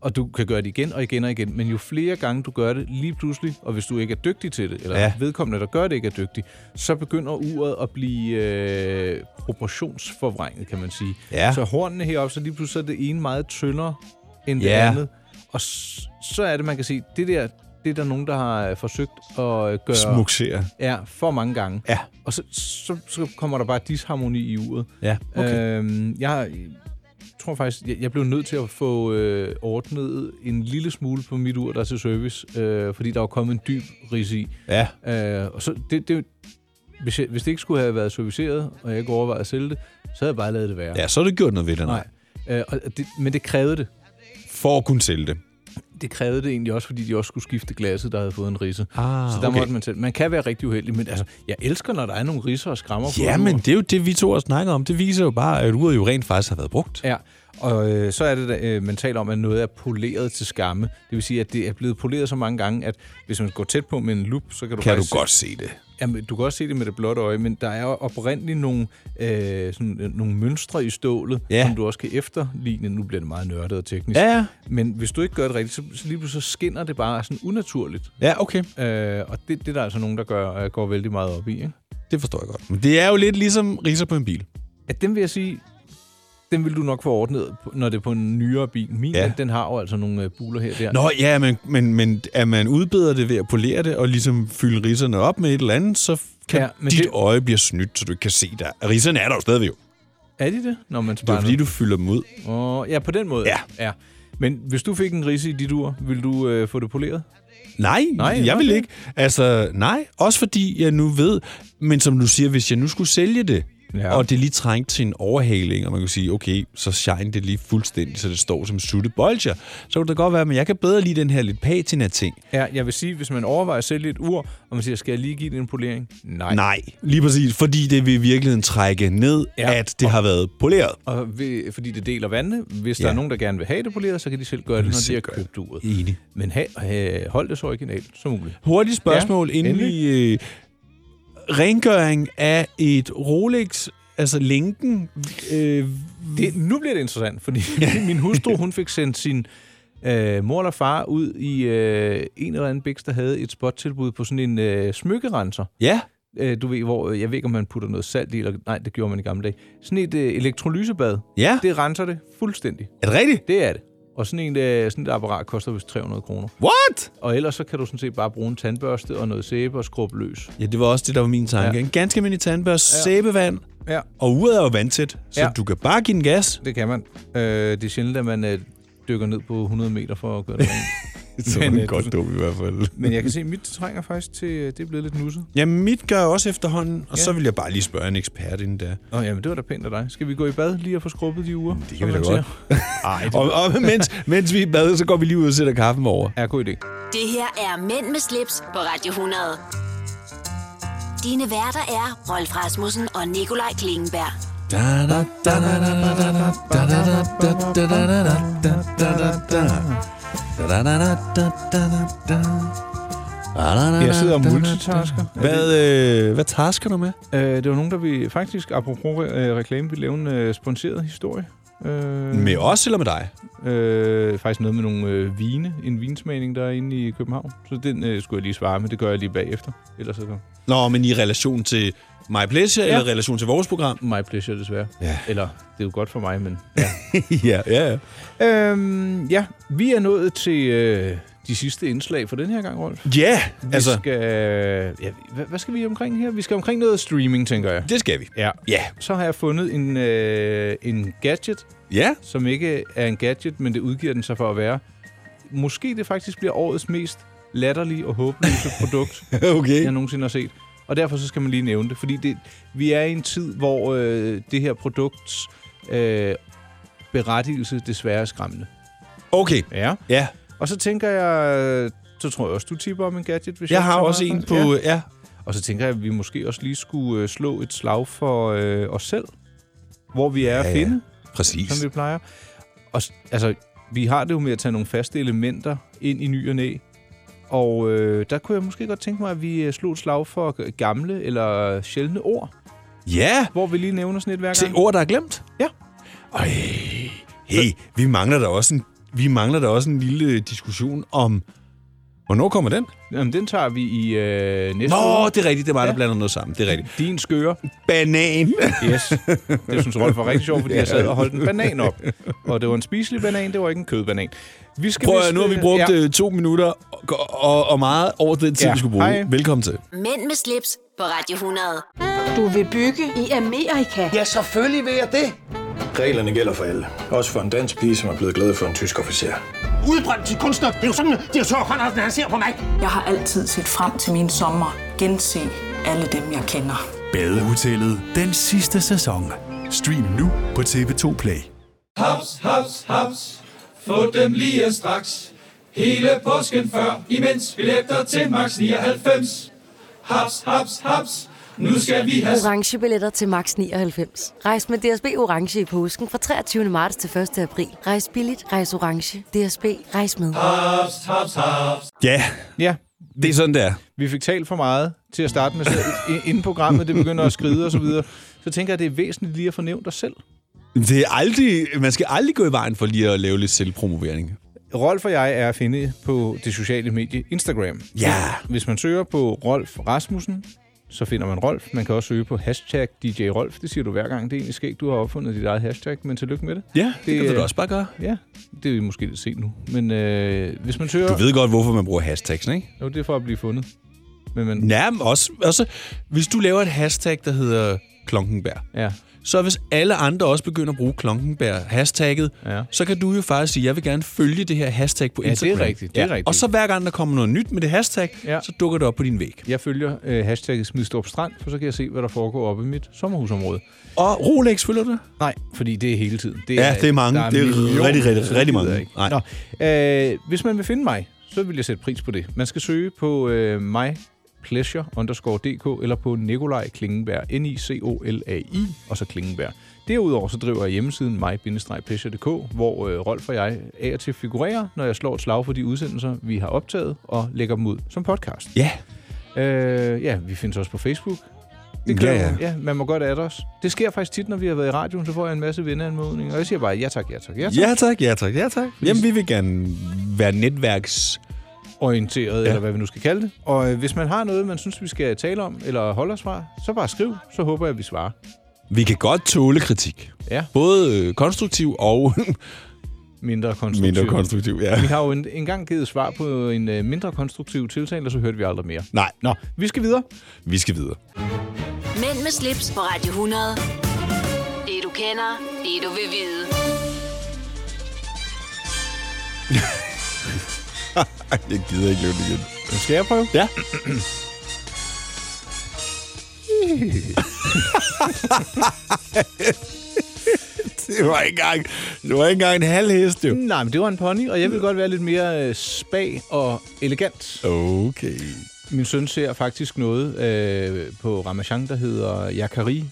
[SPEAKER 3] og du kan gøre det igen og igen og igen. Men jo flere gange du gør det lige pludselig, og hvis du ikke er dygtig til det, eller
[SPEAKER 2] Ja.
[SPEAKER 3] ja. vedkommende, der gør det, ikke er dygtig, så begynder uret at blive øh, proportionsforvrænget, kan man sige.
[SPEAKER 2] Ja.
[SPEAKER 3] Så hornene heroppe, så lige pludselig så er det ene meget tyndere end det
[SPEAKER 2] Ja.
[SPEAKER 3] andet. Og s- så er det, man kan sige, det der, det er der nogen, der har øh, forsøgt at øh, gøre
[SPEAKER 2] Smuksere.
[SPEAKER 3] Ja, for mange gange.
[SPEAKER 2] Ja. Øh.
[SPEAKER 3] Og så, så, så kommer der bare disharmoni i uret.
[SPEAKER 2] Ja, okay.
[SPEAKER 3] Øhm, jeg har tror faktisk, jeg, jeg blev nødt til at få øh, ordnet en lille smule på mit ur, der er til service, øh, fordi der var kommet en dyb ris i.
[SPEAKER 2] Ja.
[SPEAKER 3] Øh, og så det, det, hvis, jeg, hvis det ikke skulle have været serviceret, og jeg ikke overvejede at sælge det, så havde jeg bare lavet det være.
[SPEAKER 2] Ja, så er det gjort noget ved det, nej.
[SPEAKER 3] Øh, og det, men det krævede det.
[SPEAKER 2] For at kunne sælge det.
[SPEAKER 3] Det krævede det egentlig også, fordi de også skulle skifte glasset, der havde fået en risse.
[SPEAKER 2] Ah,
[SPEAKER 3] så der
[SPEAKER 2] okay.
[SPEAKER 3] måtte man selv. Man kan være rigtig uheldig, men altså, jeg elsker, når der er nogle risser og skrammer på et
[SPEAKER 2] Ja,
[SPEAKER 3] ur.
[SPEAKER 2] men det er jo det, vi to har snakket om. Det viser jo bare, at uret jo rent faktisk har været brugt.
[SPEAKER 3] Ja, og øh, så er det, da, øh, man taler om, at noget er poleret til skamme. Det vil sige, at det er blevet poleret så mange gange, at hvis man går tæt på med en lup, så kan du
[SPEAKER 2] Kan du
[SPEAKER 3] faktisk
[SPEAKER 2] godt se det.
[SPEAKER 3] Jamen, du kan også se det med det blotte øje, men der er jo oprindeligt nogle, øh, sådan, øh, nogle mønstre i stålet,
[SPEAKER 2] Ja.
[SPEAKER 3] som du også kan efterligne. Nu bliver det meget nørdet og teknisk.
[SPEAKER 2] Ja, ja.
[SPEAKER 3] Men hvis du ikke gør det rigtigt, så, så lige pludselig så skinner det bare sådan unaturligt.
[SPEAKER 2] Ja, okay.
[SPEAKER 3] Øh, og det, det er der altså nogen, der gør, øh, går vældig meget op i. Ikke?
[SPEAKER 2] Det forstår jeg godt. Men det er jo lidt ligesom riser på en bil.
[SPEAKER 3] At dem vil jeg sige, dem vil du nok få ordnet, på- når det er på en nyere bil. Min,
[SPEAKER 2] Ja.
[SPEAKER 3] ja. den har jo altså nogle øh, buler her og der.
[SPEAKER 2] Nå ja, men, men, men at man udbedrer det ved at polere det, og ligesom fylde riserne op med et eller andet, så kan ja,
[SPEAKER 3] Ja, men
[SPEAKER 2] dit det...
[SPEAKER 3] det-
[SPEAKER 2] øje bliver snydt, så du ikke kan se der. Riserne er der jo stadigvæk jo.
[SPEAKER 3] Er de det? Når man
[SPEAKER 2] Det er jo fordi, du fylder dem ud.
[SPEAKER 3] Åh, ja, på den måde.
[SPEAKER 2] Ja.
[SPEAKER 3] ja. Men hvis du fik en rise i dit ur, ville du øh, få det poleret?
[SPEAKER 2] Nej, nej
[SPEAKER 3] Nej,
[SPEAKER 2] jeg vil
[SPEAKER 3] okay.
[SPEAKER 2] ikke. Altså, nej. Også fordi jeg nu ved, men som du siger, hvis jeg nu skulle sælge det, ja.
[SPEAKER 3] Ja.
[SPEAKER 2] og det lige trængte til en overhaling, og man kunne sige, okay, så shine det lige fuldstændig, så det står som sutte bolcher, så kunne det godt være, men jeg kan bedre lide den her lidt patina-ting.
[SPEAKER 3] Ja, jeg vil sige, hvis man overvejer at sælge et ur, og man siger, skal jeg lige give det en polering? Nej.
[SPEAKER 2] Nej, lige præcis, fordi det vil i virkeligheden trække ned, ja.
[SPEAKER 3] Ja.
[SPEAKER 2] at det har været poleret.
[SPEAKER 3] Og ved, fordi det deler vandene. Hvis ja.
[SPEAKER 2] Ja.
[SPEAKER 3] der er nogen, der gerne vil have det poleret, så kan de selv gøre det, når de
[SPEAKER 2] selv
[SPEAKER 3] har
[SPEAKER 2] gøre det.
[SPEAKER 3] købt uret.
[SPEAKER 2] Enig.
[SPEAKER 3] Men ha, ha, hold det så originalt som muligt.
[SPEAKER 2] Hurtigt spørgsmål, ja,
[SPEAKER 3] Ja,
[SPEAKER 2] inden vi... Øh, rengøring af et Rolex, altså lænken... Øh,
[SPEAKER 3] Det, nu bliver det interessant, fordi [LAUGHS] min hustru, hun fik sendt sin øh, mor eller far ud i øh, en eller anden biks, der havde et spottilbud på sådan en øh, smykkerenser.
[SPEAKER 2] ja,
[SPEAKER 3] Øh, du ved, hvor, øh, jeg ved ikke, om man putter noget salt i, eller nej, det gjorde man i gamle dage. Sådan et øh, elektrolysebad,
[SPEAKER 2] ja. Det...
[SPEAKER 3] det renser det fuldstændig.
[SPEAKER 2] Er det rigtigt?
[SPEAKER 3] Det er det. Og sådan, en, øh, sådan et apparat koster vist 300 kroner.
[SPEAKER 2] What?
[SPEAKER 3] Og ellers så kan du sådan set bare bruge en tandbørste og noget sæbe og skrubbe løs.
[SPEAKER 2] Ja, det var også det, der var min tanke. Ja.
[SPEAKER 3] Ja.
[SPEAKER 2] En ganske almindelig tandbørste, ja.
[SPEAKER 3] Ja.
[SPEAKER 2] sæbevand,
[SPEAKER 3] Ja.
[SPEAKER 2] og uret er jo vandtæt, så ja.
[SPEAKER 3] Ja.
[SPEAKER 2] du kan bare give den [LAUGHS] gas.
[SPEAKER 3] Det kan man. Øh, det er sjældent, at man øh, dykker ned på 100 meter for at gøre det rent.
[SPEAKER 2] Så
[SPEAKER 3] Men, øh, du-
[SPEAKER 2] dum i hvert fald.
[SPEAKER 3] [LAUGHS] Men jeg kan se, at mit trænger faktisk til... øh, Det er blevet lidt nusset.
[SPEAKER 2] Ja, mit gør jeg også efterhånden, og ja.
[SPEAKER 3] Ja.
[SPEAKER 2] så vil jeg bare lige spørge en ekspert inden da.
[SPEAKER 3] Nå, jamen, det var da pænt af dig. Skal vi gå i bad lige og få skrubbet de uger?
[SPEAKER 2] kan vi da godt.
[SPEAKER 3] Ej, det...
[SPEAKER 2] Og, og mens, mens vi er i bad, så går vi lige ud og sætter kaffen over.
[SPEAKER 3] er en god idé.
[SPEAKER 1] Det her er Mænd med slips på Radio 100. Dine værter er Rolf Rasmussen og Nikolaj Klingenberg.
[SPEAKER 3] Jeg sidder og multitasker.
[SPEAKER 2] Hvad, øh, hvad tasker du med?
[SPEAKER 3] Øh, det var nogen, der vi faktisk, apropos øh, reklame, ville lave en øh, sponsoreret historie. Øh,
[SPEAKER 2] Med os eller med dig?
[SPEAKER 3] Øh, faktisk noget med nogle øh, vine. En vinsmagning, der er inde i København. Så den øh, skulle jeg lige svare, men det gør jeg lige bagefter. Ellers så
[SPEAKER 2] Nå, men i relation til My Pleasure ja.
[SPEAKER 3] Ja.
[SPEAKER 2] eller i relation til vores program?
[SPEAKER 3] My pleasure, desværre.
[SPEAKER 2] Ja.
[SPEAKER 3] Eller, det er jo godt for mig, men...
[SPEAKER 2] [LAUGHS] ja, ja, ja.
[SPEAKER 3] øhm, ja, vi er nået til øh, de sidste indslag for den her gang, Rolf.
[SPEAKER 2] Ja,
[SPEAKER 3] Vi
[SPEAKER 2] altså,
[SPEAKER 3] skal... Ja, hvad, hvad skal vi omkring her? Vi skal omkring noget streaming, tænker jeg.
[SPEAKER 2] det skal vi.
[SPEAKER 3] Ja.
[SPEAKER 2] Ja.
[SPEAKER 3] Så har jeg fundet en, øh, en gadget,
[SPEAKER 2] Ja,
[SPEAKER 3] som ikke er en gadget, men det udgiver den sig for at være. Måske det faktisk bliver årets mest latterlige og [LAUGHS] håbløse produkt,
[SPEAKER 2] [LAUGHS] okay.
[SPEAKER 3] jeg nogensinde har set. Og derfor så skal man lige nævne det, fordi det, vi er i en tid, hvor øh, det her produkts øh, berettigelse desværre er skræmmende.
[SPEAKER 2] Okay,
[SPEAKER 3] Ja.
[SPEAKER 2] ja.
[SPEAKER 3] Og så tænker jeg, så tror jeg også, du tipper om en gadget. Hvis
[SPEAKER 2] Jeg
[SPEAKER 3] ikke
[SPEAKER 2] har
[SPEAKER 3] tager
[SPEAKER 2] også
[SPEAKER 3] meget
[SPEAKER 2] en på...
[SPEAKER 3] fejl. Ja.
[SPEAKER 2] Ja.
[SPEAKER 3] Og så tænker jeg, at vi måske også lige skulle øh, slå et slag for øh, os selv, hvor vi er ja,
[SPEAKER 2] Ja,
[SPEAKER 3] at
[SPEAKER 2] ja.
[SPEAKER 3] finde
[SPEAKER 2] Præcis.
[SPEAKER 3] som vi plejer. Og s- altså, vi har det jo med at tage nogle faste elementer ind i ny og næ. Og øh, der kunne jeg måske godt tænke mig, at vi øh, slog et slag for g- gamle eller sjældne ord,
[SPEAKER 2] Ja,
[SPEAKER 3] hvor vi lige nævner sådan et hver
[SPEAKER 2] til
[SPEAKER 3] gang.
[SPEAKER 2] ord, der er glemt.
[SPEAKER 3] Ja.
[SPEAKER 2] Ej, hey, vi mangler da også en, vi mangler da også en lille diskussion om... Hvornår kommer den?
[SPEAKER 3] Jamen, den tager vi i øh, næste
[SPEAKER 2] Nå,
[SPEAKER 3] uge.
[SPEAKER 2] det er rigtigt. Det var mig, der
[SPEAKER 3] Ja.
[SPEAKER 2] blander noget sammen. Det er rigtigt.
[SPEAKER 3] Din skøre.
[SPEAKER 2] Banan.
[SPEAKER 3] Yes. Det synes Rolf var rigtig sjovt, fordi jeg sad og holdt en banan op. Og det var en spiselig banan, det var ikke en kødbanan. Vi skal
[SPEAKER 2] Prøv at,
[SPEAKER 3] vist,
[SPEAKER 2] nu har vi
[SPEAKER 3] øh,
[SPEAKER 2] brugt ja. to minutter og, og, og meget over den tid, ja.
[SPEAKER 3] Ja.
[SPEAKER 2] vi skulle bruge. Hej.
[SPEAKER 3] Hej.
[SPEAKER 2] Velkommen til.
[SPEAKER 1] Mænd med slips på Radio 100.
[SPEAKER 4] Du vil bygge
[SPEAKER 5] I Amerika?
[SPEAKER 7] Ja, selvfølgelig vil jeg det.
[SPEAKER 6] Reglerne gælder for alle. Også for en dansk pige, som er blevet glad for en tysk officer.
[SPEAKER 7] Udbrændt til kunstner. Det er jo sådan, at de har tørt Conradsen, han ser på mig.
[SPEAKER 4] Jeg har altid set frem til min sommer. Gense alle dem, jeg kender.
[SPEAKER 8] Badehotellet den sidste sæson. Stream nu på TV2 Play.
[SPEAKER 9] Haps, haps, haps. Få dem lige straks. Hele påsken før, imens billetter til max 99. Haps, haps, haps. Nu skal vi have
[SPEAKER 10] orange billetter til max 99. Rejs med DSB orange i påsken fra 23. marts til 1. april. Rejs billigt, rejs orange. DSB rejs med.
[SPEAKER 9] haps, haps, haps.
[SPEAKER 2] Ja,
[SPEAKER 3] Ja,
[SPEAKER 2] det er sådan, det er.
[SPEAKER 3] vi fik talt for meget til at starte med, så i- inden programmet det begynder at skride og så videre. Så tænker jeg, at det er væsentligt lige at få nævnt dig selv.
[SPEAKER 2] Det er aldrig, man skal aldrig gå i vejen for lige at lave lidt selvpromovering.
[SPEAKER 3] Rolf og jeg er at finde på det sociale medie Instagram.
[SPEAKER 2] Ja.
[SPEAKER 3] Hvis man søger på Rolf Rasmussen, så finder man Rolf. Man kan også søge på hashtag DJ Rolf. Det siger du hver gang. Det er egentlig skægt, du har opfundet dit eget hashtag, men tillykke med det.
[SPEAKER 2] Ja, det,
[SPEAKER 3] Det,
[SPEAKER 2] det kan du da
[SPEAKER 3] øh,
[SPEAKER 2] også bare gøre.
[SPEAKER 3] Ja, det er måske lidt sent nu. Men øh, hvis man søger...
[SPEAKER 2] Du ved godt, hvorfor man bruger hashtags, ikke?
[SPEAKER 3] Jo, det er for at blive fundet. Men man...
[SPEAKER 2] Ja, men også, også hvis du laver et hashtag, der hedder Klonkenbær,
[SPEAKER 3] Ja.
[SPEAKER 2] så hvis alle andre også begynder at bruge Klonkenbær-hashtagget,
[SPEAKER 3] Ja.
[SPEAKER 2] så kan du jo faktisk sige, jeg vil gerne følge det her hashtag på
[SPEAKER 3] Ja, det er
[SPEAKER 2] Instagram.
[SPEAKER 3] rigtigt, det er rigtigt.
[SPEAKER 2] Og så hver gang, der kommer noget nyt med det hashtag,
[SPEAKER 3] Ja.
[SPEAKER 2] så dukker det op på din væg.
[SPEAKER 3] Jeg følger øh, hashtagget Smidstrup Strand, for så kan jeg se, hvad der foregår oppe i mit sommerhusområde.
[SPEAKER 2] Og Rolex, følger du det?
[SPEAKER 3] Nej, fordi det er hele tiden. Det
[SPEAKER 2] Ja, det er mange.
[SPEAKER 3] der
[SPEAKER 2] Det er
[SPEAKER 3] millioner,
[SPEAKER 2] rigtig, rigtig,
[SPEAKER 3] så
[SPEAKER 2] rigtig
[SPEAKER 3] det
[SPEAKER 2] mange.
[SPEAKER 3] gider jeg ikke.
[SPEAKER 2] Nej.
[SPEAKER 3] Nå, øh, hvis man vil finde mig, så vil jeg sætte pris på det. Man skal søge på øh, mypleasure underscore dk eller på Nikolaj Klingenberg, N-I-C-O-L-A-I, og så Klingenberg. Derudover så driver jeg hjemmesiden my-pleasure.dk, hvor øh, Rolf og jeg af og til figurerer, når jeg slår et slag for de udsendelser, vi har optaget, og lægger dem ud som podcast.
[SPEAKER 2] Ja.
[SPEAKER 3] Øh, ja, vi findes også på Facebook.
[SPEAKER 2] ja,
[SPEAKER 3] ja,
[SPEAKER 2] ja.
[SPEAKER 3] ja, man må godt adde os. Det sker faktisk tit, når vi har været i radioen, så får jeg en masse venneanmodninger, og jeg siger bare, ja tak, ja tak, ja tak.
[SPEAKER 2] Ja tak, ja tak, ja tak. Jamen, vi vil gerne være netværks...
[SPEAKER 3] orienteret, ja. eller hvad vi nu skal kalde det. Og øh, hvis man har noget, man synes, vi skal tale om, eller holde os fra, så bare skriv, så håber jeg, vi svarer.
[SPEAKER 2] Vi kan godt tåle kritik.
[SPEAKER 3] Ja.
[SPEAKER 2] Både øh, konstruktiv og [LAUGHS]
[SPEAKER 3] Mindre konstruktivt.
[SPEAKER 2] mindre konstruktiv, ja.
[SPEAKER 3] Vi
[SPEAKER 2] [LAUGHS]
[SPEAKER 3] har jo en, engang givet svar på en øh, mindre konstruktiv tiltale, og så hørte vi aldrig mere.
[SPEAKER 2] Nej,
[SPEAKER 3] Nå, vi skal videre.
[SPEAKER 2] vi skal videre.
[SPEAKER 1] Mænd med slips på Radio 100. Det du kender, det du vil vide.
[SPEAKER 2] Ej, jeg gider ikke løbe det igen.
[SPEAKER 3] Skal jeg prøve?
[SPEAKER 2] Ja. [LAUGHS] det var ikke engang, det var ikke engang en halv hest, jo.
[SPEAKER 3] Nej, men det var en pony, og jeg vil godt være lidt mere øh, spag og elegant.
[SPEAKER 2] Okay.
[SPEAKER 3] Min søn ser faktisk noget øh, på Ramachan, der hedder Yakari,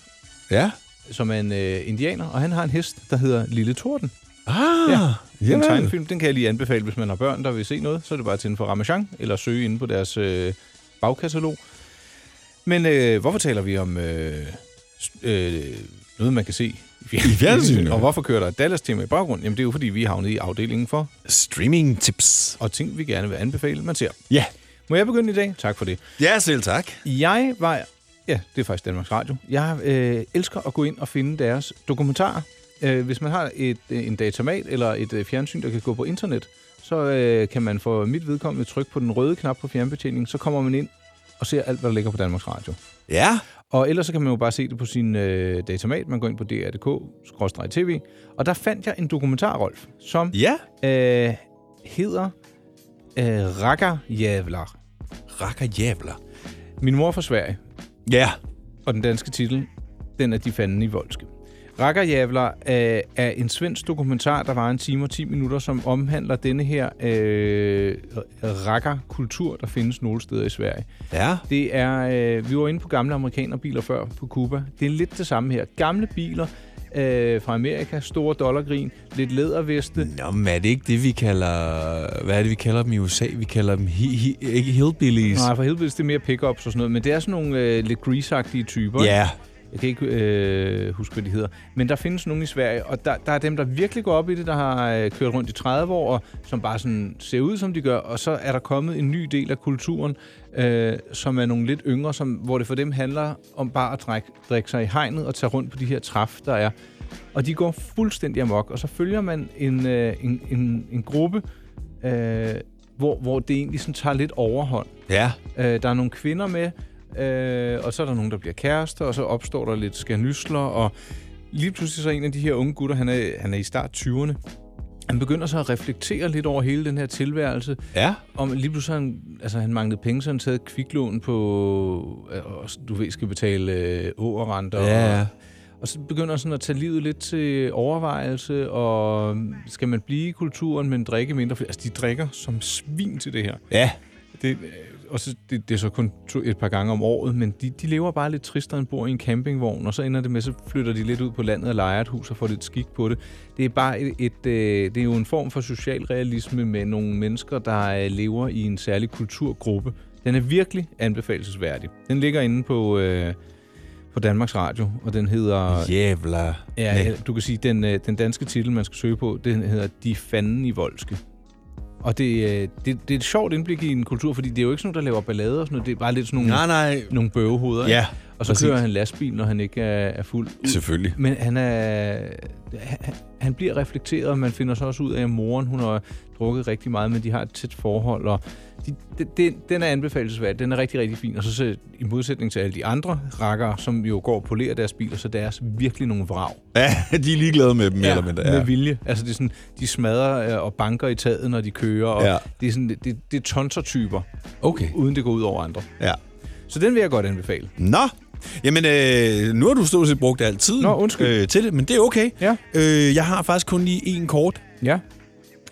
[SPEAKER 2] Ja.
[SPEAKER 3] som er en øh, indianer, og han har en hest, der hedder Lille Torden.
[SPEAKER 2] Ah,
[SPEAKER 3] Ja, det er en
[SPEAKER 2] javel.
[SPEAKER 3] tegnefilm. Den kan jeg lige anbefale, hvis man har børn, der vil se noget. Så er det bare at tænde for Ramachan, eller søge inde på deres øh, bagkatalog. Men øh, hvorfor taler vi om øh, s- øh, noget, man kan se i
[SPEAKER 2] fjernsynet?
[SPEAKER 3] Og hvorfor kører der et Dallas-tema i baggrunden? Jamen, det er jo, fordi vi er havnet i afdelingen for,
[SPEAKER 2] Streaming tips.
[SPEAKER 3] og ting, vi gerne vil anbefale, man ser.
[SPEAKER 2] Ja.
[SPEAKER 3] Må jeg begynde i dag? Tak for det.
[SPEAKER 2] Ja, selv tak.
[SPEAKER 3] Jeg var... Ja, det er faktisk Danmarks Radio. Jeg øh, elsker at gå ind og finde deres dokumentarer. Øh, hvis man har et, øh, en datamat eller et øh, fjernsyn, der kan gå på internet, så øh, kan man for mit vedkommende trykke på den røde knap på fjernbetjeningen, så kommer man ind og ser alt, hvad der ligger på Danmarks Radio.
[SPEAKER 2] Ja.
[SPEAKER 3] Og ellers så kan man jo bare se det på sin øh, datamat. Man går ind på dr.dk-tv, og der fandt jeg en dokumentar, Rolf, som
[SPEAKER 2] Ja.
[SPEAKER 3] øh, hedder øh, Rakker Javlar.
[SPEAKER 2] Rakker jævler.
[SPEAKER 3] Min mor er fra Sverige,
[SPEAKER 2] Ja.
[SPEAKER 3] og den danske titel, den er De fanden i voldske. Rakkerjævler øh, er en svensk dokumentar, der var en time og 10 minutter, som omhandler denne her øh, rakkerkultur, der findes nogle steder i Sverige.
[SPEAKER 2] Ja.
[SPEAKER 3] Det er, øh, vi var inde på gamle amerikanerbiler før på Cuba. Det er lidt det samme her. Gamle biler øh, fra Amerika, store dollargrin, lidt læderveste.
[SPEAKER 2] Nå, men er det ikke det, vi kalder... Hvad er det, vi kalder dem i USA? Vi kalder dem hi- hi- ikke hillbillies.
[SPEAKER 3] Nej, for helvede, det er mere pickups og sådan noget, men det er sådan nogle øh, lidt greaseagtige typer. ikke?
[SPEAKER 2] Ja.
[SPEAKER 3] Jeg kan ikke øh, huske, hvad de hedder. Men der findes nogle i Sverige, og der, der er dem, der virkelig går op i det, der har øh, kørt rundt i 30 år, og som bare sådan ser ud, som de gør. Og så er der kommet en ny del af kulturen, øh, som er nogle lidt yngre, som, hvor det for dem handler om bare at drikke, drikke sig i hegnet og tage rundt på de her træf, der er. Og de går fuldstændig amok, og så følger man en, øh, en, en, en gruppe, øh, hvor, hvor det egentlig sådan tager lidt overhånd.
[SPEAKER 2] Ja.
[SPEAKER 3] Øh, der er nogle kvinder med, øh, og så er der nogen, der bliver kærester, og så opstår der lidt skanysler, og lige pludselig så er en af de her unge gutter, han er, han er i start 20'erne, han begynder så at reflektere lidt over hele den her tilværelse.
[SPEAKER 2] Ja.
[SPEAKER 3] Om lige pludselig han, altså, han manglede penge, så han taget kviklån på, øh, og du ved, skal betale øh, årrenter.
[SPEAKER 2] Ja, ja.
[SPEAKER 3] Og, og så begynder han sådan at tage livet lidt til overvejelse, og øhm, skal man blive i kulturen, men drikke mindre? For- Altså, de drikker som svin til det her.
[SPEAKER 2] Ja.
[SPEAKER 3] Det, øh, og så, det, det er så kun to, et par gange om året, men de, de lever bare lidt tristere end bor i en campingvogn, og så ender det med, så flytter de lidt ud på landet og leger et hus og får lidt skik på det. Det er bare et, et øh, det er jo en form for social realisme med nogle mennesker, der øh, lever i en særlig kulturgruppe. Den er virkelig anbefalesværdig. Den ligger inde på, øh, på Danmarks Radio, og den hedder...
[SPEAKER 2] Jævla.
[SPEAKER 3] Ja, eller du kan sige, den, øh, den danske titel, man skal søge på, den hedder De fanden i voldske. Og det, øh, det, det er et sjovt indblik i en kultur, fordi det er jo ikke sådan nogen, der laver ballader og sådan noget. Det er bare lidt sådan nogle,
[SPEAKER 2] Nej, nej.
[SPEAKER 3] nogle bøvehoveder.
[SPEAKER 2] Ja,
[SPEAKER 3] ikke? Og så
[SPEAKER 2] præcis.
[SPEAKER 3] kører han lastbil, når han ikke er, er fuld.
[SPEAKER 2] Selvfølgelig. [LAUGHS]
[SPEAKER 3] Men han, er, han, han bliver reflekteret, og man finder så også ud af, at moren hun har drukket rigtig meget, men de har et tæt forhold. Og de, de, de, den er anbefalesværdig. Den er rigtig, rigtig fin. Og så, så i modsætning til alle de andre rakker, som jo går og polerer deres biler, så deres virkelig nogle vrag
[SPEAKER 2] Ja, de er ligeglade med dem, ja, eller mindre.
[SPEAKER 3] med
[SPEAKER 2] Ja.
[SPEAKER 3] vilje. Altså, det er sådan, de smadrer øh, og banker i taget, når de kører. Og
[SPEAKER 2] Ja.
[SPEAKER 3] ja. Det er, sådan, det, det, det er tonsertyper,
[SPEAKER 2] Okay.
[SPEAKER 3] uden det går ud over andre.
[SPEAKER 2] Ja.
[SPEAKER 3] Så den vil jeg godt anbefale.
[SPEAKER 2] Nå, jamen øh, nu har du stort set brugt al tiden
[SPEAKER 3] Nå, undskyld.
[SPEAKER 2] Øh, til det, men det er okay.
[SPEAKER 3] Ja.
[SPEAKER 2] Øh, jeg har faktisk kun lige én kort.
[SPEAKER 3] Ja.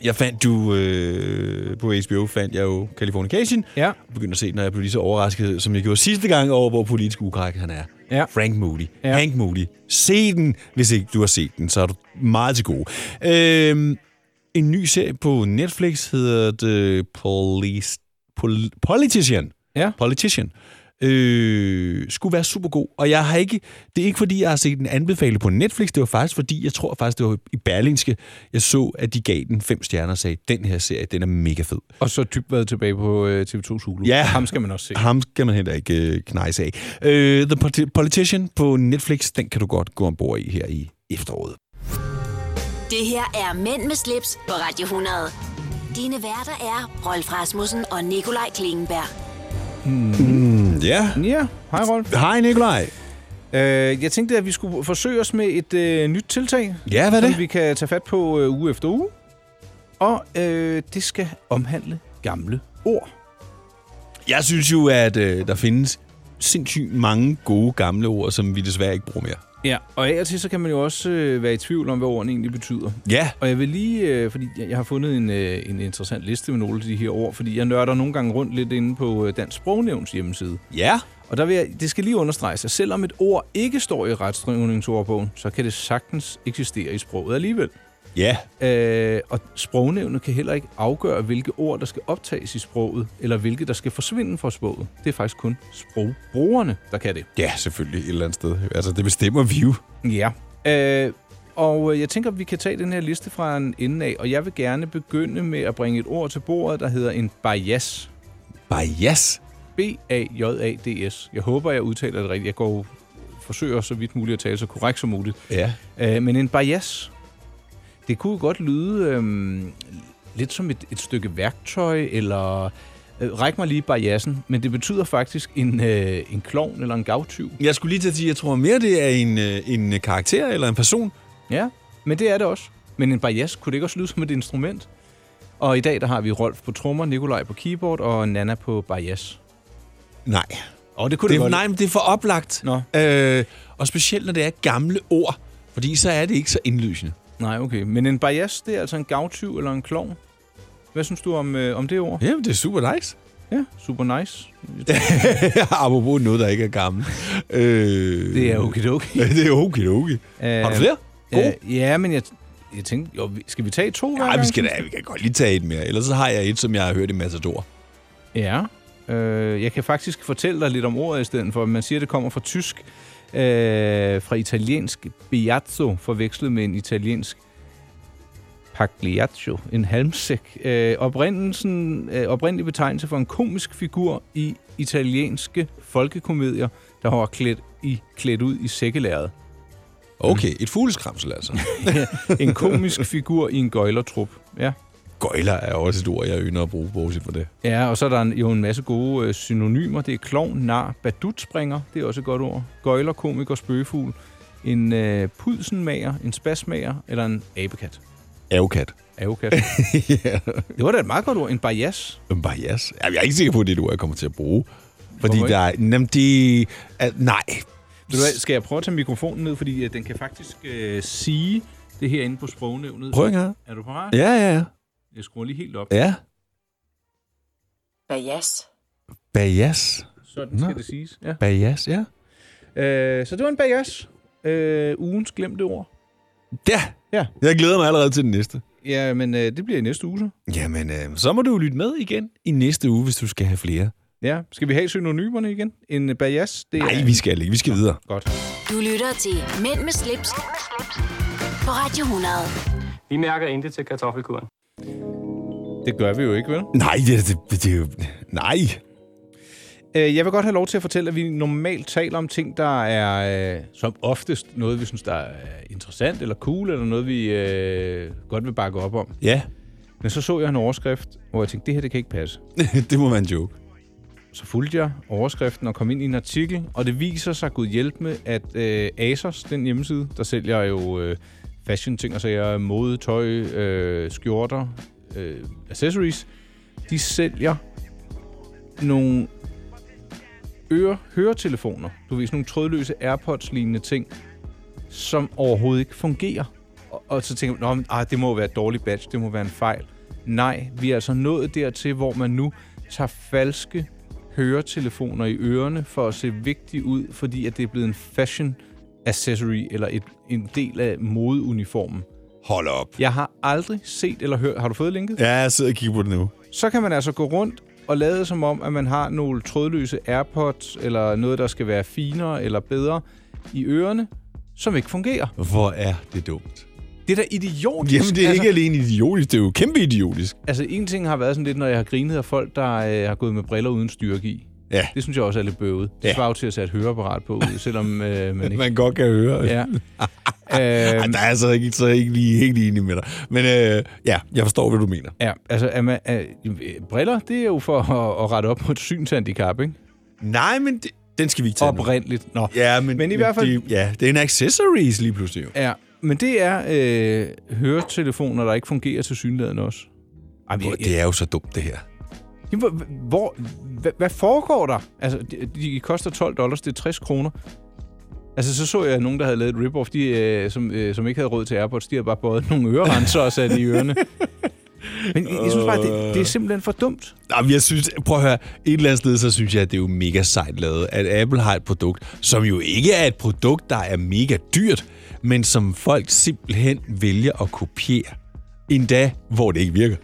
[SPEAKER 2] Jeg fandt du øh, på HBO, fandt jeg jo Californication.
[SPEAKER 3] Ja.
[SPEAKER 2] Jeg begyndte at se den, og jeg blev lige så overrasket, som jeg gjorde sidste gang over, hvor politisk ukorrekt han er.
[SPEAKER 3] Ja.
[SPEAKER 2] Frank Moody.
[SPEAKER 3] Ja.
[SPEAKER 2] Hank Moody. Se den, hvis ikke du har set den, så er du meget til gode. Øh, en ny serie på Netflix hedder The Police, Pol- Politician.
[SPEAKER 3] Ja.
[SPEAKER 2] Politician. Øh, skulle være super god. Og jeg har ikke, det er ikke fordi, jeg har set den anbefale på Netflix. Det var faktisk fordi, jeg tror faktisk, det var i Berlingske, jeg så, at de gav den fem stjerner og sagde, den her serie, den er mega fed.
[SPEAKER 3] Og så dybt været tilbage på øh, TV2 Zulu.
[SPEAKER 2] Ja.
[SPEAKER 3] Ham skal man også se.
[SPEAKER 2] Ham kan man heller ikke øh, knejse af. Øh, The Poli- Politician på Netflix, den kan du godt gå ombord i her i efteråret.
[SPEAKER 1] Det her er Mænd med slips på Radio 100. Dine værter er Rolf Rasmussen og Nikolaj Klingenberg.
[SPEAKER 2] Ja.
[SPEAKER 3] Ja, hej Rolf.
[SPEAKER 2] Hej Nikolaj.
[SPEAKER 3] Øh, jeg tænkte, at vi skulle forsøge os med et øh, nyt tiltag,
[SPEAKER 2] Ja, hvad er
[SPEAKER 3] som
[SPEAKER 2] det?
[SPEAKER 3] vi kan tage fat på øh, uge efter uge. Og øh, det skal omhandle gamle ord.
[SPEAKER 2] Jeg synes jo, at øh, der findes sindssygt mange gode gamle ord, som vi desværre ikke bruger mere.
[SPEAKER 3] Ja, og af og til så kan man jo også øh, være i tvivl om, hvad ordene egentlig betyder.
[SPEAKER 2] Ja.
[SPEAKER 3] Og jeg vil lige, øh, fordi jeg, jeg har fundet en, øh, en interessant liste med nogle af de her ord, fordi jeg nørder nogle gange rundt lidt inde på øh, Dansk Sprognævns hjemmeside.
[SPEAKER 2] Ja.
[SPEAKER 3] Og der vil jeg, det skal lige understreges, at selvom et ord ikke står i retskrivningsordbogen, så kan det sagtens eksistere i sproget alligevel.
[SPEAKER 2] Ja.
[SPEAKER 3] Øh, og sprognævnet kan heller ikke afgøre, hvilke ord, der skal optages i sproget, eller hvilke, der skal forsvinde fra sproget. Det er faktisk kun sprogbrugerne, der kan det.
[SPEAKER 2] Ja, selvfølgelig et eller andet sted. Altså, det bestemmer vi jo.
[SPEAKER 3] Ja. Øh, og øh, jeg tænker, at vi kan tage den her liste fra en ende af, og jeg vil gerne begynde med at bringe et ord til bordet, der hedder en bias.
[SPEAKER 2] Bias.
[SPEAKER 3] B-A-J-A-D-S. Jeg håber, jeg udtaler det rigtigt. Jeg går forsøger så vidt muligt at tale så korrekt som muligt.
[SPEAKER 2] Ja.
[SPEAKER 3] Øh, men en bias, det kunne jo godt lyde øhm, lidt som et, et stykke værktøj, eller øh, ræk mig lige biasen, men det betyder faktisk en, øh, en klovn eller en gavtyv.
[SPEAKER 2] Jeg skulle lige til at sige, at jeg tror mere, det er en, øh, en karakter eller en person.
[SPEAKER 3] Ja, men det er det også. Men en bias, kunne det ikke også lyde som et instrument? Og i dag, der har vi Rolf på trommer, Nikolaj på keyboard og Nana på bias.
[SPEAKER 2] Nej.
[SPEAKER 3] Og det kunne
[SPEAKER 2] Det,
[SPEAKER 3] det,
[SPEAKER 2] er-
[SPEAKER 3] godt.
[SPEAKER 2] nej, men det er for oplagt.
[SPEAKER 3] Nå.
[SPEAKER 2] Øh, og specielt, når det er gamle ord. Fordi så er det ikke så indlysende.
[SPEAKER 3] Nej, okay. Men en bias, det er altså en gavtyv eller en klovn. Hvad synes du om, øh, om det ord?
[SPEAKER 2] Jamen, det er super nice.
[SPEAKER 3] Ja, super nice.
[SPEAKER 2] [LAUGHS] Apropos noget, der ikke er gammelt. Øh,
[SPEAKER 3] Det er
[SPEAKER 2] [LAUGHS]
[SPEAKER 3] okay, okay.
[SPEAKER 2] det er okay, okay. Har du flere? Gode?
[SPEAKER 3] Øh, ja, men jeg, jeg tænkte, jo, vi- skal vi tage to hver
[SPEAKER 2] Nej, vi
[SPEAKER 3] gang,
[SPEAKER 2] skal
[SPEAKER 3] synes
[SPEAKER 2] da, vi kan godt lige tage et mere. Ellers så har jeg et, som jeg har hørt i Matador.
[SPEAKER 3] du? Ja. Øh, jeg kan faktisk fortælle dig lidt om ordet i stedet for. Man siger, at det kommer fra tysk, øh, fra italiensk biazzo, forvekslet med en italiensk pagliaccio, en halmsæk. Øh, oprindelsen, øh, oprindelig betegnelse for en komisk figur i italienske folkekomedier, der var klædt, i, klædt ud i sækkelæret.
[SPEAKER 2] Okay, et fugleskramsel
[SPEAKER 3] [LAUGHS]
[SPEAKER 2] altså.
[SPEAKER 3] En komisk figur i en gøjlertrup. Ja.
[SPEAKER 2] Gøjler er også et ord, jeg ynder at bruge, bortset fra det.
[SPEAKER 3] Ja, og så er der en, jo en masse gode øh, synonymer. Det er klovn, nar, badutspringer, det er også et godt ord. Gøjler, komiker, spøgefugl. en øh, pudsenmager, en spasmager eller en abekat?
[SPEAKER 2] [LAUGHS] Avokat.
[SPEAKER 3] Avokat. Det var da et meget godt ord. En bias.
[SPEAKER 2] En bias. Jamen, Jeg er ikke sikker på, at det er et ord, jeg kommer til at bruge. Fordi
[SPEAKER 3] Hvorfor
[SPEAKER 2] der er... Jamen, det... er- Nej.
[SPEAKER 3] Ved du hvad, skal jeg prøve at tage mikrofonen ned, fordi øh, den kan faktisk øh, sige det her inde på sprognævnet.
[SPEAKER 2] Prøv en gang.
[SPEAKER 3] Er du parat?
[SPEAKER 2] Ja, ja, ja.
[SPEAKER 3] Jeg skruer lige helt op.
[SPEAKER 2] Ja.
[SPEAKER 4] Bajas.
[SPEAKER 2] Bias.
[SPEAKER 3] Sådan skal det siges. Ja.
[SPEAKER 2] Bias, ja.
[SPEAKER 3] Øh, så det var en bias. Øh, ugens glemte ord.
[SPEAKER 2] Ja.
[SPEAKER 3] Ja.
[SPEAKER 2] Jeg glæder mig allerede til den næste.
[SPEAKER 3] Ja, men øh, det bliver i næste uge så.
[SPEAKER 2] Jamen, øh, så må du jo lytte med igen i næste uge, hvis du skal have flere.
[SPEAKER 3] Ja. Skal vi have synonymerne igen? En øh, bias, det er...
[SPEAKER 2] Nej, vi skal ikke. Vi skal videre.
[SPEAKER 3] Godt.
[SPEAKER 1] Du lytter til Mænd med slips, på Radio 100.
[SPEAKER 5] Vi mærker intet til kartoffelkuren.
[SPEAKER 3] Det gør vi jo ikke, vel?
[SPEAKER 2] Nej, det, det, det, det er jo... Nej.
[SPEAKER 3] Øh, jeg vil godt have lov til at fortælle, at vi normalt taler om ting, der er øh, som oftest noget, vi synes, der er interessant eller cool, eller noget, vi øh, godt vil bakke op om.
[SPEAKER 2] Ja,
[SPEAKER 3] Men så så jeg en overskrift, hvor jeg tænkte, det her det kan ikke passe.
[SPEAKER 2] [LAUGHS] det må være en joke.
[SPEAKER 3] Så fulgte jeg overskriften og kom ind i en artikel, og det viser sig, gud hjælp med, at øh, Asos, den hjemmeside, der sælger jo øh, fashion-ting og sager, mode, tøj, øh, skjorter, øh, accessories, de sælger nogle øre høretelefoner, du ved, sådan nogle trådløse AirPods-lignende ting, som overhovedet ikke fungerer. Og, og så tænker man, "Nå, men, ah, det må jo være et dårligt batch, det må være en fejl. Nej, vi er altså nået dertil, hvor man nu tager falske høretelefoner i ørerne for at se vigtig ud, fordi at det er blevet en fashion accessory eller et, en del af modeuniformen.
[SPEAKER 2] Hold op.
[SPEAKER 3] Jeg har aldrig set eller hørt... Har du fået linket?
[SPEAKER 2] Ja, jeg sidder og kigger på det nu.
[SPEAKER 3] Så kan man altså gå rundt og lade som om, at man har nogle trådløse AirPods, eller noget, der skal være finere eller bedre i ørerne, som ikke fungerer.
[SPEAKER 2] Hvor er det dumt.
[SPEAKER 3] Det er da idiotisk.
[SPEAKER 2] Jamen, det er
[SPEAKER 3] altså,
[SPEAKER 2] ikke alene idiotisk, det er jo kæmpe idiotisk.
[SPEAKER 3] Altså, en ting har været sådan lidt, når jeg har grinet af folk, der øh, har gået med briller uden styrke i.
[SPEAKER 2] Ja.
[SPEAKER 3] Det synes jeg også er lidt bøvet. Det
[SPEAKER 2] Ja.
[SPEAKER 3] svarer jo til at sætte et høreapparat på, [LAUGHS] selvom øh, man ikke...
[SPEAKER 2] Man godt kan høre. [LAUGHS]
[SPEAKER 3] Ja.
[SPEAKER 2] Ej,
[SPEAKER 3] øhm,
[SPEAKER 2] der er jeg så ikke, så er jeg ikke lige helt enig med dig. Men øh, ja, jeg forstår, hvad du mener.
[SPEAKER 3] ja, altså, er man, er, øh, briller, det er jo for at, at rette op på et synshandicap, ikke?
[SPEAKER 2] Nej, men det, den skal vi ikke tage nu.
[SPEAKER 3] Oprindeligt. Nå.
[SPEAKER 2] Ja, men,
[SPEAKER 3] Men i hvert fald-
[SPEAKER 2] Det, ja, det er en accessories lige pludselig. Jo.
[SPEAKER 3] Ja, men det er øh, høretelefoner, der ikke fungerer til synligheden også. Ej, men
[SPEAKER 2] Hvor-
[SPEAKER 3] jeg, jeg,
[SPEAKER 2] Det er jo så dumt, det her.
[SPEAKER 3] Jamen, hvor, hvor, hvad, hvad foregår der? Altså, de, de koster 12 dollars, det er 60 kroner. Altså, så så jeg nogen, der havde lavet et rip-off, de, øh, som, øh, som ikke havde råd til Airpods. De havde bare båret nogle ørerenser og sat i [LAUGHS] ørerne. Men jeg, jeg synes bare, det, det er simpelthen for dumt.
[SPEAKER 2] Nå, men jeg synes, prøv at høre, et eller andet sted, så synes jeg, at det er jo mega sejt lavet, at Apple har et produkt, som jo ikke er et produkt, der er mega dyrt, men som folk simpelthen vælger at kopiere. Endda, hvor det ikke virker.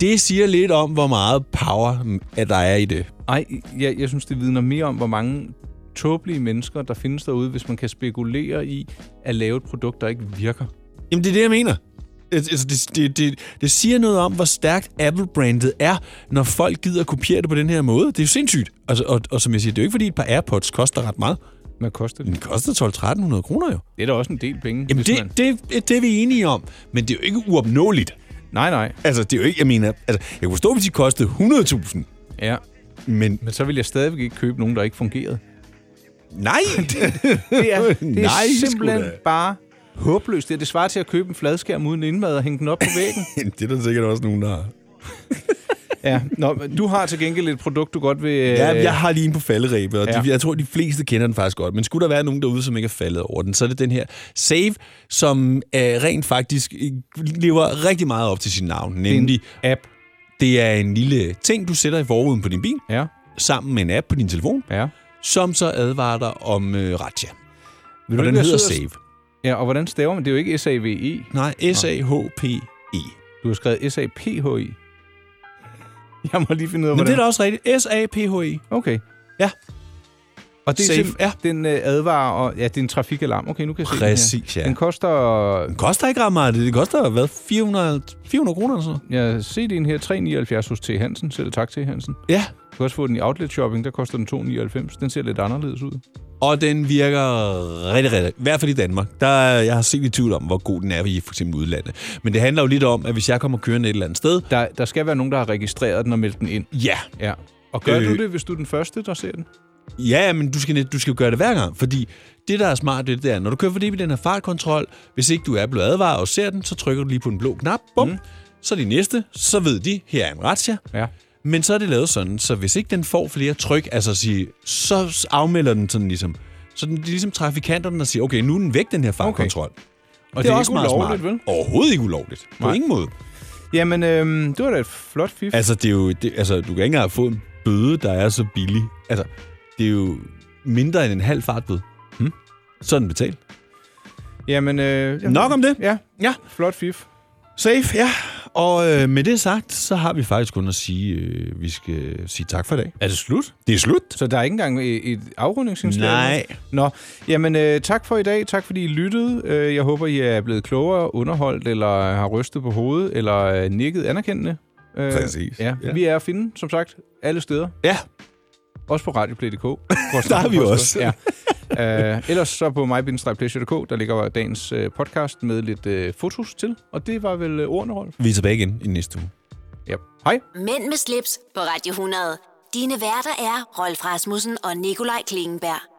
[SPEAKER 2] Det siger lidt om, hvor meget power, at der er i det.
[SPEAKER 3] Ej, jeg, jeg synes, det vidner mere om, hvor mange tåbelige mennesker, der findes derude, hvis man kan spekulere i at lave et produkt, der ikke virker.
[SPEAKER 2] Jamen, det er det, jeg mener. Altså, det, det, det, det siger noget om, hvor stærkt Apple-brandet er, når folk gider kopiere det på den her måde. Det er jo sindssygt. Altså, og, og som jeg siger, det er jo ikke, fordi et par AirPods koster ret meget.
[SPEAKER 3] Hvad koster
[SPEAKER 2] Den
[SPEAKER 3] det?
[SPEAKER 2] koster 12-1300 kroner jo.
[SPEAKER 3] Det er da også en del penge.
[SPEAKER 2] Jamen,
[SPEAKER 3] hvis man-
[SPEAKER 2] det, det, det er vi enige om. Men det er jo ikke uopnåeligt.
[SPEAKER 3] Nej, nej.
[SPEAKER 2] Altså, det er jo ikke, jeg mener... Altså, jeg kunne forstå, hvis de kostede 100.000,
[SPEAKER 3] Ja.
[SPEAKER 2] men
[SPEAKER 3] Men så vil jeg stadigvæk ikke købe nogen, der ikke fungerede.
[SPEAKER 2] nej! det,
[SPEAKER 3] Det er, [LAUGHS] det er
[SPEAKER 2] Nej, sgu
[SPEAKER 3] simpelthen
[SPEAKER 2] da.
[SPEAKER 3] bare håbløst. Det, er det svarer til at købe en fladskærm uden indmad og hænge den op på
[SPEAKER 2] [LAUGHS]
[SPEAKER 3] væggen.
[SPEAKER 2] [LAUGHS] det er der sikkert også nogen, der har.
[SPEAKER 3] ja. Nå, men du har til gengæld et produkt, du godt vil... øh,
[SPEAKER 2] Ja, jeg har lige en på falderæbet, og Øh, ja. de,
[SPEAKER 3] Ja.
[SPEAKER 2] jeg tror, de fleste kender den faktisk godt. Men skulle der være nogen derude, som ikke er faldet over den, så er det den her Save, som øh, rent faktisk øh, lever rigtig meget op til sit navn. Nemlig,
[SPEAKER 3] app.
[SPEAKER 2] det er en lille ting, du sætter i forruden på din bil,
[SPEAKER 3] Ja,
[SPEAKER 2] sammen med en app på din telefon,
[SPEAKER 3] ja.
[SPEAKER 2] som så advarer dig om øh, ratcha.
[SPEAKER 3] Vil
[SPEAKER 2] Og
[SPEAKER 3] ikke
[SPEAKER 2] den
[SPEAKER 3] være
[SPEAKER 2] hedder
[SPEAKER 3] sød
[SPEAKER 2] Save.
[SPEAKER 3] at- Ja, og hvordan staver man? Det er jo ikke S-A-V-E.
[SPEAKER 2] Nej, S-A-H-P-E.
[SPEAKER 3] E. Du har skrevet S-A-P-H-I. E. Jeg må lige finde ud af,
[SPEAKER 2] Men det er
[SPEAKER 3] hvordan...
[SPEAKER 2] da også rigtigt. S-A-P-H-E.
[SPEAKER 3] Okay.
[SPEAKER 2] Ja.
[SPEAKER 3] Og det er
[SPEAKER 2] Safe,
[SPEAKER 3] Safe,
[SPEAKER 2] ja.
[SPEAKER 3] den øh, advarer, og ja, det er en trafikalarm. Okay, nu kan jeg se den
[SPEAKER 2] Præcis,
[SPEAKER 3] her.
[SPEAKER 2] ja.
[SPEAKER 3] Den koster,
[SPEAKER 2] Den koster ikke ret meget. Det koster, hvad, 400, 400 kroner eller sådan noget?
[SPEAKER 3] jeg ser den her, 3,79 hos T. Hansen. Selv tak, T. Hansen.
[SPEAKER 2] Ja.
[SPEAKER 3] Du kan også få den i outlet shopping, der koster den 2,99. Den ser lidt anderledes ud.
[SPEAKER 2] Og den virker rigtig, rigtig, i hvert fald i Danmark. Der, er- jeg har set i tvivl om, hvor god den er i for eksempel udlandet. Men det handler jo lidt om, at hvis jeg kommer kørende et eller andet sted,
[SPEAKER 3] Der, der skal være nogen, der har registreret den og meldt den ind.
[SPEAKER 2] ja,
[SPEAKER 3] Ja. Og gør øh.
[SPEAKER 2] Øh.
[SPEAKER 3] du det, hvis du er den første, der ser den?
[SPEAKER 2] Ja, men du skal, net- du skal jo gøre det hver gang, fordi det, der er smart, det, det er, når du kører forbi den her fartkontrol, hvis ikke du er blevet advaret og ser den, så trykker du lige på den blå knap, bum, mm. så er de næste, så ved de, her er en razzia.
[SPEAKER 3] Ja.
[SPEAKER 2] Men så er det lavet sådan, så hvis ikke den får flere tryk, altså at sige, så afmelder den sådan ligesom. Så den, det er ligesom trafikanterne, der siger, okay, nu er den væk, den her fartkontrol. Okay. Og
[SPEAKER 3] det er ikke ulovligt, vel?
[SPEAKER 2] Overhovedet ikke ulovligt. På
[SPEAKER 3] Nej.
[SPEAKER 2] ingen måde.
[SPEAKER 3] Jamen, øhm, det var da et flot fif.
[SPEAKER 2] Altså, det er jo, det, altså, du kan ikke engang få en bøde, der er så billig. Altså, det er jo mindre end en halv fartbøde. Hmm? Så er den betalt.
[SPEAKER 3] Jamen, øh, jamen,
[SPEAKER 2] Nok om det.
[SPEAKER 3] Ja,
[SPEAKER 2] Ja.
[SPEAKER 3] flot fif.
[SPEAKER 2] Safe, ja. Og øh, med det sagt, så har vi faktisk kun at sige, øh, vi skal sige tak for i dag.
[SPEAKER 3] Er det slut?
[SPEAKER 2] Det er slut.
[SPEAKER 3] Så der er ikke engang et, et afrundingsindslag?
[SPEAKER 2] Nej.
[SPEAKER 3] Nå, jamen øh, tak for i dag. Tak fordi I lyttede. Øh, jeg håber, I er blevet klogere, underholdt, eller har rystet på hovedet, eller øh, nikket anerkendende. Øh,
[SPEAKER 2] Præcis.
[SPEAKER 3] Ja.
[SPEAKER 2] Ja.
[SPEAKER 3] ja. Vi er at finde, som sagt, alle steder.
[SPEAKER 2] Ja,
[SPEAKER 3] Også på radioplay.dk.
[SPEAKER 2] [LAUGHS] Der er vi også.
[SPEAKER 3] Ja. Øh, ellers så på mybindestrejpleasure.dk, der ligger dagens øh, podcast med lidt øh, fotos til. Og det var vel øh, ordene, Rolf?
[SPEAKER 2] vi er tilbage igen i næste uge.
[SPEAKER 3] Ja. Hej.
[SPEAKER 1] Mænd med slips på Radio 100. Dine værter er Rolf Rasmussen og Nikolaj Klingenberg.